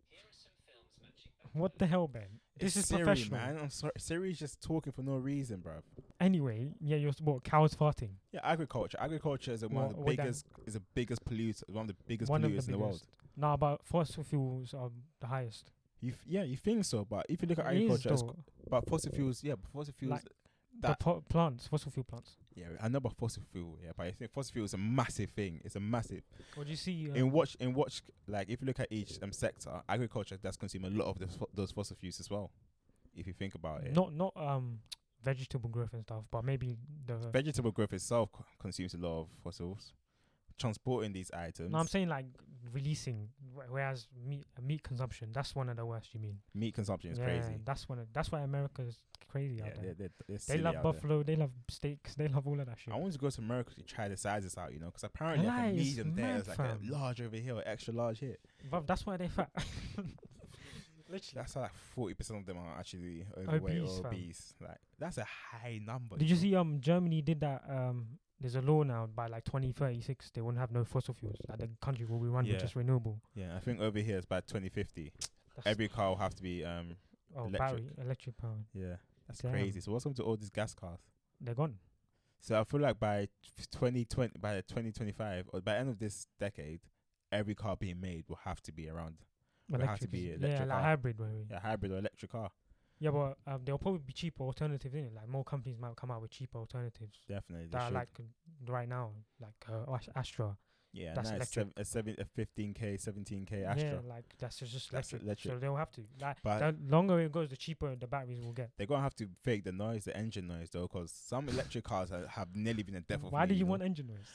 Speaker 2: What the hell, Ben? This
Speaker 1: It's
Speaker 2: is
Speaker 1: Siri,
Speaker 2: professional.
Speaker 1: man i'm sorry Siri's just talking for no reason bruv.
Speaker 2: Anyway, yeah, you're s- what cows farting.
Speaker 1: yeah agriculture agriculture is a- one of the
Speaker 2: Well, well done.
Speaker 1: biggest is the biggest polluter one of the biggest
Speaker 2: One
Speaker 1: polluters
Speaker 2: of the
Speaker 1: in the world
Speaker 2: biggest. Nah, but fossil fuels are the highest.
Speaker 1: you f- yeah you think so but if you look at
Speaker 2: It is
Speaker 1: agriculture it's,
Speaker 2: though.
Speaker 1: but fossil fuels yeah but fossil fuels
Speaker 2: Like the
Speaker 1: that-
Speaker 2: po- plants, fossil fuel plants.
Speaker 1: yeah i know about fossil fuel yeah but i think fossil fuel is a massive thing it's a massive
Speaker 2: What do you see? Uh,
Speaker 1: in watch in watch like if you look at each um sector agriculture does consume a lot of those, fo- those fossil fuels as well if you think about it
Speaker 2: not not um vegetable growth and stuff, but maybe the.
Speaker 1: vegetable growth itself co- consumes a lot of fossils transporting these items
Speaker 2: no, I'm saying like releasing, wh- whereas meat uh, meat consumption that's one of the worst. You mean?
Speaker 1: meat consumption is
Speaker 2: yeah,
Speaker 1: crazy
Speaker 2: that's one. Of, that's why America's crazy
Speaker 1: yeah,
Speaker 2: out there.
Speaker 1: they're, they're, they're
Speaker 2: They
Speaker 1: silly
Speaker 2: love
Speaker 1: out there.
Speaker 2: buffalo. They love steaks. They love all of that shit.
Speaker 1: I wanted to go to America to try the sizes out, you know, because apparently like a
Speaker 2: Lies,
Speaker 1: medium there
Speaker 2: mad
Speaker 1: is like a
Speaker 2: fam.
Speaker 1: large over here, or extra large here.
Speaker 2: Bruv, that's why
Speaker 1: <laughs>
Speaker 2: they fat. Literally.
Speaker 1: That's how like forty percent of them are actually overweight
Speaker 2: Obese,
Speaker 1: or
Speaker 2: fam.
Speaker 1: obese. Like that's a high number.
Speaker 2: Did you
Speaker 1: know?
Speaker 2: see? Um, Germany did that. Um, there's a law now by like 2036 they won't have no fossil fuels. Like the country will be run
Speaker 1: Yeah.
Speaker 2: with just renewable.
Speaker 1: Yeah, I think over here it's by 2050.
Speaker 2: That's
Speaker 1: Every car will have to be um,
Speaker 2: oh,
Speaker 1: electric.
Speaker 2: battery, electric power.
Speaker 1: Yeah, that's
Speaker 2: Damn.
Speaker 1: crazy. So what's happened to all these gas cars?
Speaker 2: They're gone.
Speaker 1: So I feel like by f- 2020, by 2025, or by the end of this decade, every car being made will have to be around Will have to
Speaker 2: Electric.
Speaker 1: be
Speaker 2: yeah,
Speaker 1: electric
Speaker 2: like
Speaker 1: car.
Speaker 2: hybrid. Maybe. Yeah.
Speaker 1: a hybrid or electric car.
Speaker 2: but um, they'll probably be cheaper alternatives in it. Like more companies might come out with cheaper alternatives
Speaker 1: Definitely, they
Speaker 2: that are
Speaker 1: should.
Speaker 2: like right now, like uh, Ast- Astra.
Speaker 1: yeah,
Speaker 2: that's
Speaker 1: nice. Seven,
Speaker 2: electric.
Speaker 1: a seven, a 15k, 17k Astra.
Speaker 2: Yeah, like that's just just
Speaker 1: That's
Speaker 2: electric.
Speaker 1: electric.
Speaker 2: So they'll have to. Like
Speaker 1: But-
Speaker 2: the longer it goes, the cheaper the batteries will get.
Speaker 1: They're gonna have to fake the noise, the engine noise though, because some electric cars ha- have nearly been a death of
Speaker 2: Why
Speaker 1: me,
Speaker 2: do you
Speaker 1: know?
Speaker 2: want engine noise?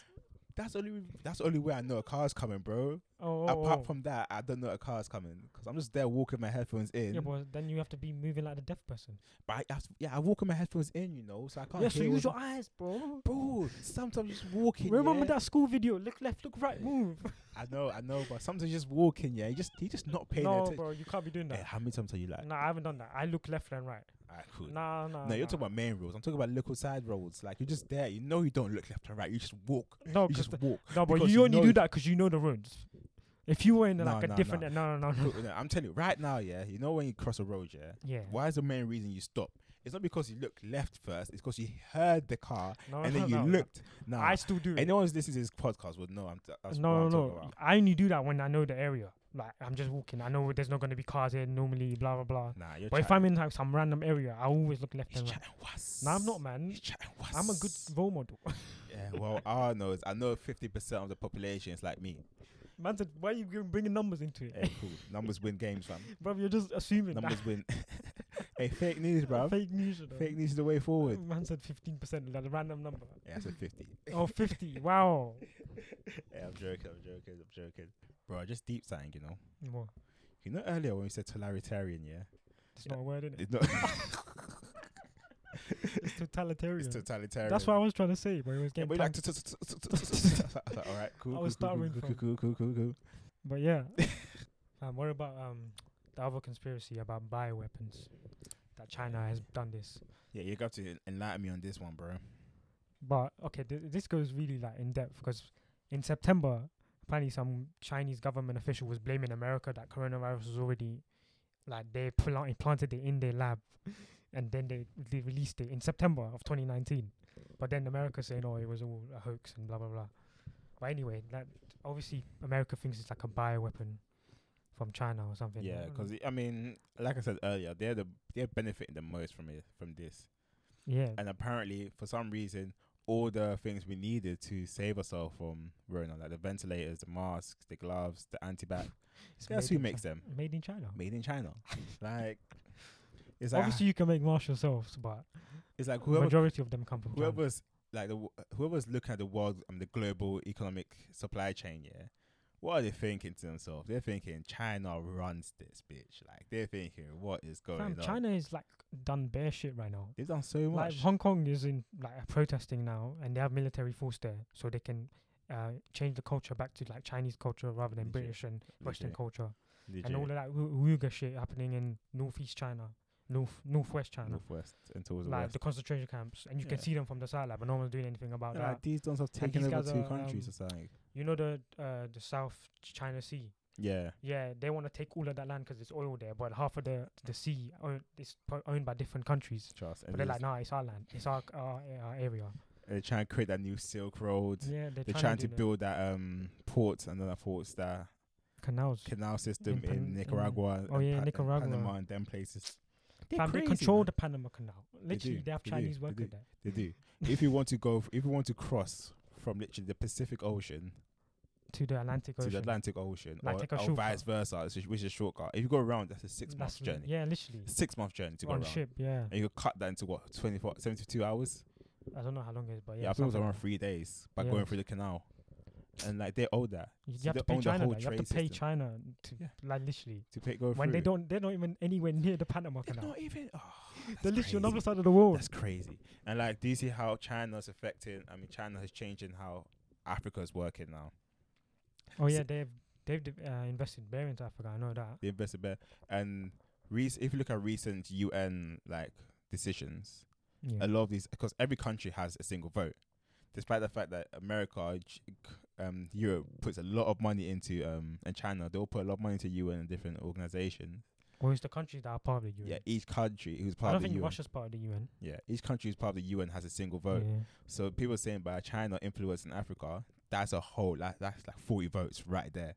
Speaker 1: That's only that's the only way I know a car's coming, bro.
Speaker 2: Oh, oh, oh.
Speaker 1: Apart from that, I don't know a car's coming because I'm just there walking my headphones in.
Speaker 2: yeah, but then you have to be moving like the deaf person.
Speaker 1: But I have to, yeah, I walk with my headphones in, you know, so I can't.
Speaker 2: yeah, so
Speaker 1: hear
Speaker 2: use
Speaker 1: all
Speaker 2: your eyes, bro.
Speaker 1: the- bro. Sometimes just walking. yeah?
Speaker 2: Remember that school video? Look left, look right, move.
Speaker 1: I know, I know, but sometimes just walking. Yeah, you just you just not paying
Speaker 2: no,
Speaker 1: attention.
Speaker 2: bro, you can't be doing
Speaker 1: Hey,
Speaker 2: that.
Speaker 1: how many times are you like?
Speaker 2: Nah, I haven't done that. I look left and right.
Speaker 1: I could.
Speaker 2: Nah, nah.
Speaker 1: no, you're
Speaker 2: nah.
Speaker 1: talking about main roads. I'm talking about local side roads. Like you're just there. You know you don't look left and right. You just walk.
Speaker 2: No,
Speaker 1: You
Speaker 2: 'cause
Speaker 1: just
Speaker 2: <laughs>
Speaker 1: walk.
Speaker 2: the- no, but
Speaker 1: because
Speaker 2: you,
Speaker 1: you
Speaker 2: only
Speaker 1: know
Speaker 2: do
Speaker 1: if-
Speaker 2: that 'cause you know the roads. If you were in
Speaker 1: No,
Speaker 2: like a
Speaker 1: no, no.
Speaker 2: different, no, no, no, no.
Speaker 1: Look, no, I'm telling you right now. Yeah, you know when you cross a road. Yeah.
Speaker 2: Yeah.
Speaker 1: Why is the main reason you stop? It's not because you looked left first. It's because you heard the car
Speaker 2: No,
Speaker 1: and then you
Speaker 2: no, no.
Speaker 1: looked. Now,
Speaker 2: I still do. it.
Speaker 1: anyone who's listening to this podcast would know. I'm t- that's what
Speaker 2: no, no,
Speaker 1: I'm talking
Speaker 2: no.
Speaker 1: about.
Speaker 2: I only do that when I know the area. Like I'm just walking. I know there's not gonna be cars here normally. Blah blah blah.
Speaker 1: Nah, you're.
Speaker 2: But if
Speaker 1: chatting-
Speaker 2: I'm in like some random area, I always look left
Speaker 1: He's
Speaker 2: and right.
Speaker 1: chatting was.
Speaker 2: No, I'm not, man.
Speaker 1: He's chatting was.
Speaker 2: I'm a good
Speaker 1: <laughs>
Speaker 2: role model.
Speaker 1: Yeah, well, all I know is I know 50% of the population is like me.
Speaker 2: Man said, why are you bring- bringing numbers into it, <laughs>
Speaker 1: Hey, cool. Numbers win games, fam.
Speaker 2: bro? You're just assuming that.
Speaker 1: Eh.
Speaker 2: <laughs>
Speaker 1: Numbers win. hey, fake news, bro.
Speaker 2: Fake news. you know.
Speaker 1: Fake news is the way forward.
Speaker 2: Man said 15 percent, like a random number.
Speaker 1: Yeah, I said 50. <laughs>
Speaker 2: Oh, 50. wow.
Speaker 1: Hey, I'm joking, I'm joking, I'm joking. Bro, just deep saying, you know.
Speaker 2: Well,
Speaker 1: You know earlier when we said totalitarian, yeah?
Speaker 2: it's not a word, innit?
Speaker 1: It's not.
Speaker 2: It's totalitarian.
Speaker 1: it's totalitarian.
Speaker 2: That's what I was trying to say, but it was
Speaker 1: Yeah, but
Speaker 2: getting. but,
Speaker 1: like, t- t- t- t- t- t- t- t- I was like, all right, cool.
Speaker 2: I
Speaker 1: cool,
Speaker 2: was
Speaker 1: cool, cool,
Speaker 2: stuttering
Speaker 1: cool,
Speaker 2: from-
Speaker 1: cool, cool, cool, cool.
Speaker 2: but yeah. <laughs> um, what about um the other conspiracy about bioweapons? That China has done this.
Speaker 1: Yeah, you got to enlighten me on this one, bro.
Speaker 2: But okay, th- this goes really like in depth because in September, apparently some Chinese government official was blaming America that coronavirus was already like they pl- implanted it in their lab, <laughs> and then they, they released it in September of 2019. But then America saying, "Oh, it was all a hoax and blah blah blah." But anyway, that obviously America thinks it's like a bioweapon from China or something.
Speaker 1: Yeah,
Speaker 2: I don't
Speaker 1: because I mean, like I said earlier, they're the they're benefiting the most from it from this.
Speaker 2: know. yeah,
Speaker 1: And apparently, for some reason, all the things we needed to save ourselves from Rona, like the ventilators, the masks, the gloves, the antibac,
Speaker 2: it's
Speaker 1: guess
Speaker 2: made
Speaker 1: who
Speaker 2: in
Speaker 1: makes
Speaker 2: Chi-
Speaker 1: them?
Speaker 2: Made in China.
Speaker 1: Made in
Speaker 2: <laughs>
Speaker 1: China. like, it's like
Speaker 2: Obviously, you can make masks yourselves, but
Speaker 1: it's like whoever
Speaker 2: majority of them come from China.
Speaker 1: whoever's like the wo- whoever's looking at the world and the global economic supply chain, yeah. What are they thinking to themselves? They're thinking China runs this bitch. Like they're thinking, what is going
Speaker 2: Fam,
Speaker 1: on?
Speaker 2: China is like done bare shit right now.
Speaker 1: They've done so
Speaker 2: Like
Speaker 1: much.
Speaker 2: Hong Kong is in like protesting now, and they have military force there, so they can uh, change the culture back to like Chinese culture rather than
Speaker 1: Legit.
Speaker 2: British and Western
Speaker 1: Legit.
Speaker 2: culture, and
Speaker 1: Legit.
Speaker 2: all of that Ru- Uyghur shit happening in northeast China, north northwest China,
Speaker 1: northwest and towards the
Speaker 2: like
Speaker 1: west.
Speaker 2: the concentration camps, and you can
Speaker 1: Yeah.
Speaker 2: see them from the sideline, but no one's doing anything about
Speaker 1: Yeah,
Speaker 2: that.
Speaker 1: like these dons have
Speaker 2: and
Speaker 1: taken
Speaker 2: these
Speaker 1: over
Speaker 2: guys
Speaker 1: two
Speaker 2: are,
Speaker 1: countries
Speaker 2: um,
Speaker 1: or something.
Speaker 2: you know the uh, the South China Sea.
Speaker 1: Yeah,
Speaker 2: Yeah, they want to take all of that land because it's oil there, but half of the the sea own, is po- owned by different countries.
Speaker 1: trust. And
Speaker 2: But they're
Speaker 1: they're
Speaker 2: like, nah, it's our land, it's our our, our area.
Speaker 1: they're trying to create that new Silk Road.
Speaker 2: Yeah,
Speaker 1: They're
Speaker 2: they're, trying,
Speaker 1: trying to
Speaker 2: do the
Speaker 1: build that um port and then that ports that
Speaker 2: canals.
Speaker 1: canal system in,
Speaker 2: Pan- in-
Speaker 1: Nicaragua.
Speaker 2: oh
Speaker 1: and
Speaker 2: yeah,
Speaker 1: Pan- and
Speaker 2: Nicaragua.
Speaker 1: Panama and them places. They're
Speaker 2: Fam,
Speaker 1: crazy,
Speaker 2: they control
Speaker 1: man.
Speaker 2: the Panama Canal. Literally,
Speaker 1: do,
Speaker 2: they, have
Speaker 1: they do,
Speaker 2: Chinese
Speaker 1: they
Speaker 2: working
Speaker 1: do.
Speaker 2: there.
Speaker 1: They do. if you want to go, f- if you want to cross from literally the Pacific Ocean
Speaker 2: To the Atlantic Ocean.
Speaker 1: to the Atlantic Ocean,
Speaker 2: Like,
Speaker 1: or,
Speaker 2: take a
Speaker 1: or
Speaker 2: shortcut.
Speaker 1: vice versa, it's just- which is a shortcut. If you go around, that's a six
Speaker 2: That's
Speaker 1: month
Speaker 2: li-
Speaker 1: journey.
Speaker 2: Yeah, literally.
Speaker 1: Six month journey to go
Speaker 2: On
Speaker 1: around.
Speaker 2: ship, yeah.
Speaker 1: And you could cut that into what 24, 72 hours.
Speaker 2: I don't know how long it is, but
Speaker 1: Yeah,
Speaker 2: yeah.
Speaker 1: I think it was
Speaker 2: something
Speaker 1: around
Speaker 2: like
Speaker 1: three days by
Speaker 2: Yeah.
Speaker 1: going through the canal, and like they owe that
Speaker 2: that. You,
Speaker 1: so
Speaker 2: you have
Speaker 1: they
Speaker 2: to pay
Speaker 1: own the
Speaker 2: China.
Speaker 1: whole
Speaker 2: that. You have to
Speaker 1: trade
Speaker 2: pay
Speaker 1: system.
Speaker 2: China to
Speaker 1: Yeah.
Speaker 2: like literally.
Speaker 1: to pay, go
Speaker 2: When
Speaker 1: through.
Speaker 2: they don't, they're not even anywhere near the Panama
Speaker 1: They're
Speaker 2: Canal.
Speaker 1: not even. Oh,
Speaker 2: They're
Speaker 1: that's
Speaker 2: literally on the
Speaker 1: crazy.
Speaker 2: other side of the world.
Speaker 1: That's crazy. And like, do you see how China's affecting? I mean, China is changing how Africa's working now.
Speaker 2: Oh
Speaker 1: So-
Speaker 2: yeah, they've they've div- uh, invested bare into Africa. I know that.
Speaker 1: They invested better. And rec- if you look at recent UN like decisions,
Speaker 2: Yeah.
Speaker 1: a lot of these because every country has a single vote, despite the fact that America, Ch- um, Europe puts a lot of money into um and China, they all put a lot of money into UN and different organizations.
Speaker 2: Or it's the countries that are part of the UN.
Speaker 1: Yeah, each country who's
Speaker 2: I
Speaker 1: part
Speaker 2: don't
Speaker 1: of the
Speaker 2: think
Speaker 1: UN.
Speaker 2: Russia's part of the UN.
Speaker 1: Yeah, each country who's part of the UN has a single vote.
Speaker 2: Yeah.
Speaker 1: So people are saying by China influencing Africa, that's a whole like that's like forty votes right there.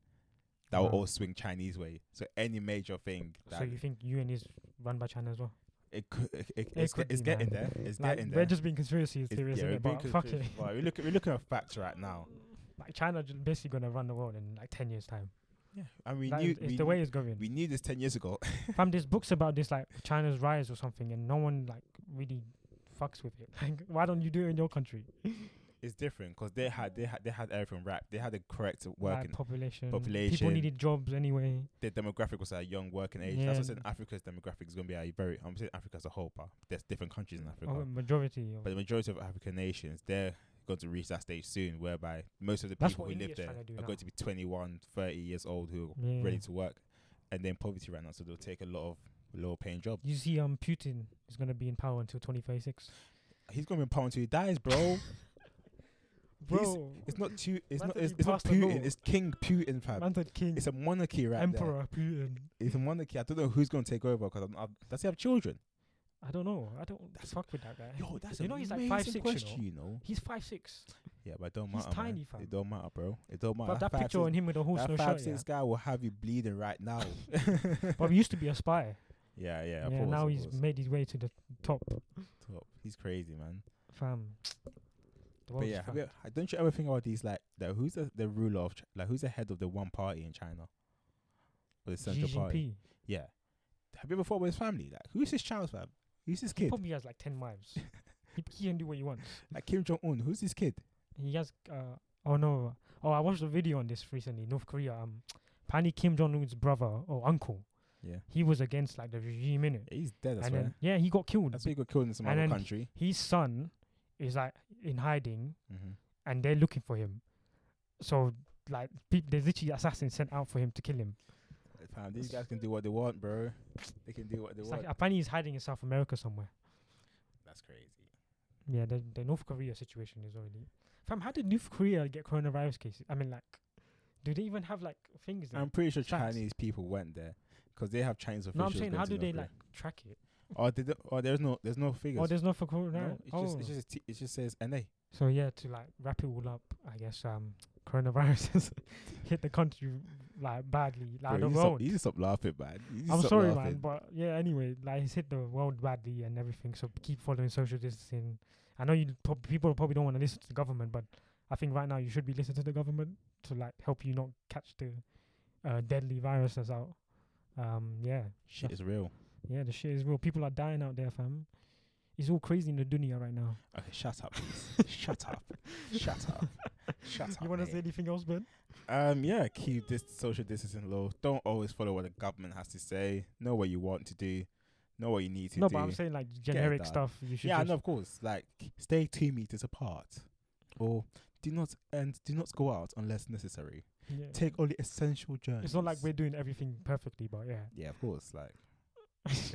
Speaker 1: That will
Speaker 2: Wow.
Speaker 1: all swing Chinese way. So any major thing that
Speaker 2: So you think UN is run by China as well?
Speaker 1: it could, it, it, it's,
Speaker 2: could
Speaker 1: get- it's
Speaker 2: be, man.
Speaker 1: getting there. It's
Speaker 2: Like,
Speaker 1: getting
Speaker 2: We're
Speaker 1: there.
Speaker 2: just being conspiracy
Speaker 1: It's-
Speaker 2: theories,
Speaker 1: yeah,
Speaker 2: yeah,
Speaker 1: we're being
Speaker 2: but fuck it.
Speaker 1: conspiracious. Right, we're looking we're looking at facts right now.
Speaker 2: <laughs> Like China j- basically gonna run the world in like ten years time.
Speaker 1: Yeah, and we
Speaker 2: That
Speaker 1: knew
Speaker 2: is- it's
Speaker 1: we,
Speaker 2: the way
Speaker 1: knew-
Speaker 2: it's going.
Speaker 1: we knew this ten years ago. <laughs>
Speaker 2: <laughs> Fam, there's books about this like China's rise or something, and no one like really fucks with it. <laughs> Like, why don't you do it in your country?
Speaker 1: it's different because they had they had they had everything wrapped. They had the correct
Speaker 2: Like
Speaker 1: working.
Speaker 2: population, people
Speaker 1: population.
Speaker 2: needed jobs anyway.
Speaker 1: Their demographic was a young working age. That's what
Speaker 2: Yeah.
Speaker 1: I said. Africa's demographic is going to be a very. I'm saying Africa as a whole, but there's different countries in Africa.
Speaker 2: Or majority. Of
Speaker 1: But the majority of African nations, they're going to reach that stage soon, whereby most of the
Speaker 2: That's
Speaker 1: people
Speaker 2: what
Speaker 1: who live
Speaker 2: India's
Speaker 1: there
Speaker 2: trying to do
Speaker 1: are
Speaker 2: now. Mm.
Speaker 1: going to be 21, 30 years old who are
Speaker 2: yeah.
Speaker 1: ready to work, and then poverty right now, so they'll take a lot of low-paying jobs.
Speaker 2: You see, um, Putin is gonna be in power until 2036.
Speaker 1: He's going to be poor until he dies, bro.
Speaker 2: Bro,
Speaker 1: it's not too. It's
Speaker 2: Man
Speaker 1: not.
Speaker 2: said
Speaker 1: It's,
Speaker 2: he
Speaker 1: it's not
Speaker 2: passed the law.
Speaker 1: Putin. It's King Putin, fam.
Speaker 2: man said king,
Speaker 1: It's a monarchy right
Speaker 2: emperor Putin.
Speaker 1: there. It's a monarchy. I don't know who's going to take over because I'm, I'm, does he have children?
Speaker 2: I don't know. I don't fuck with that guy.
Speaker 1: Yo, that's
Speaker 2: You
Speaker 1: an
Speaker 2: know he's like
Speaker 1: amazing
Speaker 2: 5'6",, you
Speaker 1: question,
Speaker 2: know?
Speaker 1: you know.
Speaker 2: He's five six.
Speaker 1: Yeah, but it don't
Speaker 2: He's
Speaker 1: matter. man.
Speaker 2: tiny, fam.
Speaker 1: It don't matter, bro. It don't matter.
Speaker 2: But that picture
Speaker 1: 5'6"
Speaker 2: on him with a horse
Speaker 1: That
Speaker 2: no
Speaker 1: five
Speaker 2: shirt.
Speaker 1: six
Speaker 2: Yeah.
Speaker 1: guy will have you bleeding right
Speaker 2: <laughs>
Speaker 1: now.
Speaker 2: But he used to be a spy.
Speaker 1: yeah, <laughs> yeah.
Speaker 2: Yeah,
Speaker 1: of course,
Speaker 2: now
Speaker 1: of
Speaker 2: he's
Speaker 1: course.
Speaker 2: made his way to the top.
Speaker 1: top. He's crazy, man.
Speaker 2: Fam.
Speaker 1: but
Speaker 2: The world's
Speaker 1: yeah, have
Speaker 2: fucked.
Speaker 1: you, uh, don't you ever think about these like the, who's the, the ruler of Ch- like who's the head of the one party in China or the
Speaker 2: Xi
Speaker 1: central party?
Speaker 2: Jinping.
Speaker 1: Yeah. Have you ever thought about his family? Like who's his child fam? Who's his
Speaker 2: He
Speaker 1: kid?
Speaker 2: probably has like ten wives.
Speaker 1: <laughs>
Speaker 2: he, he can do what he wants.
Speaker 1: Like Kim Jong Un. Who's his kid?
Speaker 2: He has. Uh, oh no. Oh, I watched a video on this recently. North Korea. Um, apparently Kim Jong Un's brother or uncle.
Speaker 1: Yeah.
Speaker 2: He was against like the regime in it.
Speaker 1: Yeah, he's dead. I
Speaker 2: and
Speaker 1: swear.
Speaker 2: then yeah, he got killed.
Speaker 1: That's why he got killed in some
Speaker 2: and
Speaker 1: other
Speaker 2: then
Speaker 1: country.
Speaker 2: His son is like in hiding,
Speaker 1: hmm
Speaker 2: and they're looking for him. So like, peop there's literally assassins sent out for him to kill him.
Speaker 1: Fam, these guys can do what they want, bro. They can do what they
Speaker 2: It's
Speaker 1: want.
Speaker 2: like apparently he's hiding in South America somewhere.
Speaker 1: That's crazy.
Speaker 2: Yeah, the, the North Korea situation is already. Fam, how did North Korea get coronavirus cases? I mean, like, do they even have like things? There?
Speaker 1: I'm pretty sure
Speaker 2: Facts.
Speaker 1: Chinese people went there 'cause they have Chinese officials.
Speaker 2: no, I'm saying
Speaker 1: going
Speaker 2: how
Speaker 1: to
Speaker 2: do
Speaker 1: North
Speaker 2: they
Speaker 1: Korea.
Speaker 2: like track it?
Speaker 1: Oh, they don't, oh, there's no, there's no figures.
Speaker 2: Oh, there's no for
Speaker 1: no,
Speaker 2: coronavirus.
Speaker 1: it's
Speaker 2: oh.
Speaker 1: just, it's just, a t- it just says NA.
Speaker 2: so <laughs> yeah, to like wrap it all up, I guess um, coronaviruses hit the country like badly, like
Speaker 1: Bro, you,
Speaker 2: the
Speaker 1: need to stop,
Speaker 2: world.
Speaker 1: you need to stop laughing, man. You need to
Speaker 2: I'm
Speaker 1: stop
Speaker 2: sorry, man,
Speaker 1: laughing.
Speaker 2: but yeah. Anyway, like he's hit the world badly and everything. So keep following social distancing. I know you prob- people probably don't want to listen to the government, but I think right now you should be listening to the government to like help you not catch the uh, deadly virus that's out. Um, yeah,
Speaker 1: Shit is real.
Speaker 2: yeah, the shit is real. People are dying out there, fam. It's all crazy in the dunya right now.
Speaker 1: Okay, shut up,
Speaker 2: <laughs>
Speaker 1: please. shut up. Shut up. Shut up.
Speaker 2: you want to
Speaker 1: mate.
Speaker 2: say anything else, Ben?
Speaker 1: Um, yeah, keep this social distancing low. Don't always follow what the government has to say. Know what you want to do. Know what you need to
Speaker 2: No,
Speaker 1: do.
Speaker 2: but I'm saying like generic
Speaker 1: done.
Speaker 2: stuff. You should.
Speaker 1: yeah,
Speaker 2: just
Speaker 1: no, of course. Like, stay two meters apart, or do not and do not go out unless necessary.
Speaker 2: yeah.
Speaker 1: Take only essential journeys.
Speaker 2: It's not like we're doing everything perfectly, but
Speaker 1: <laughs>
Speaker 2: yeah. <laughs>
Speaker 1: Yeah, of course. Like,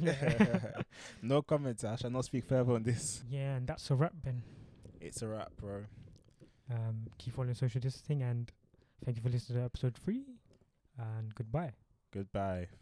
Speaker 2: yeah.
Speaker 1: no comments. I shall not speak further on this.
Speaker 2: yeah, and that's a wrap, Ben.
Speaker 1: It's a wrap, bro.
Speaker 2: Um, keep following social distancing, and thank you for listening to episode three. And goodbye.
Speaker 1: Goodbye.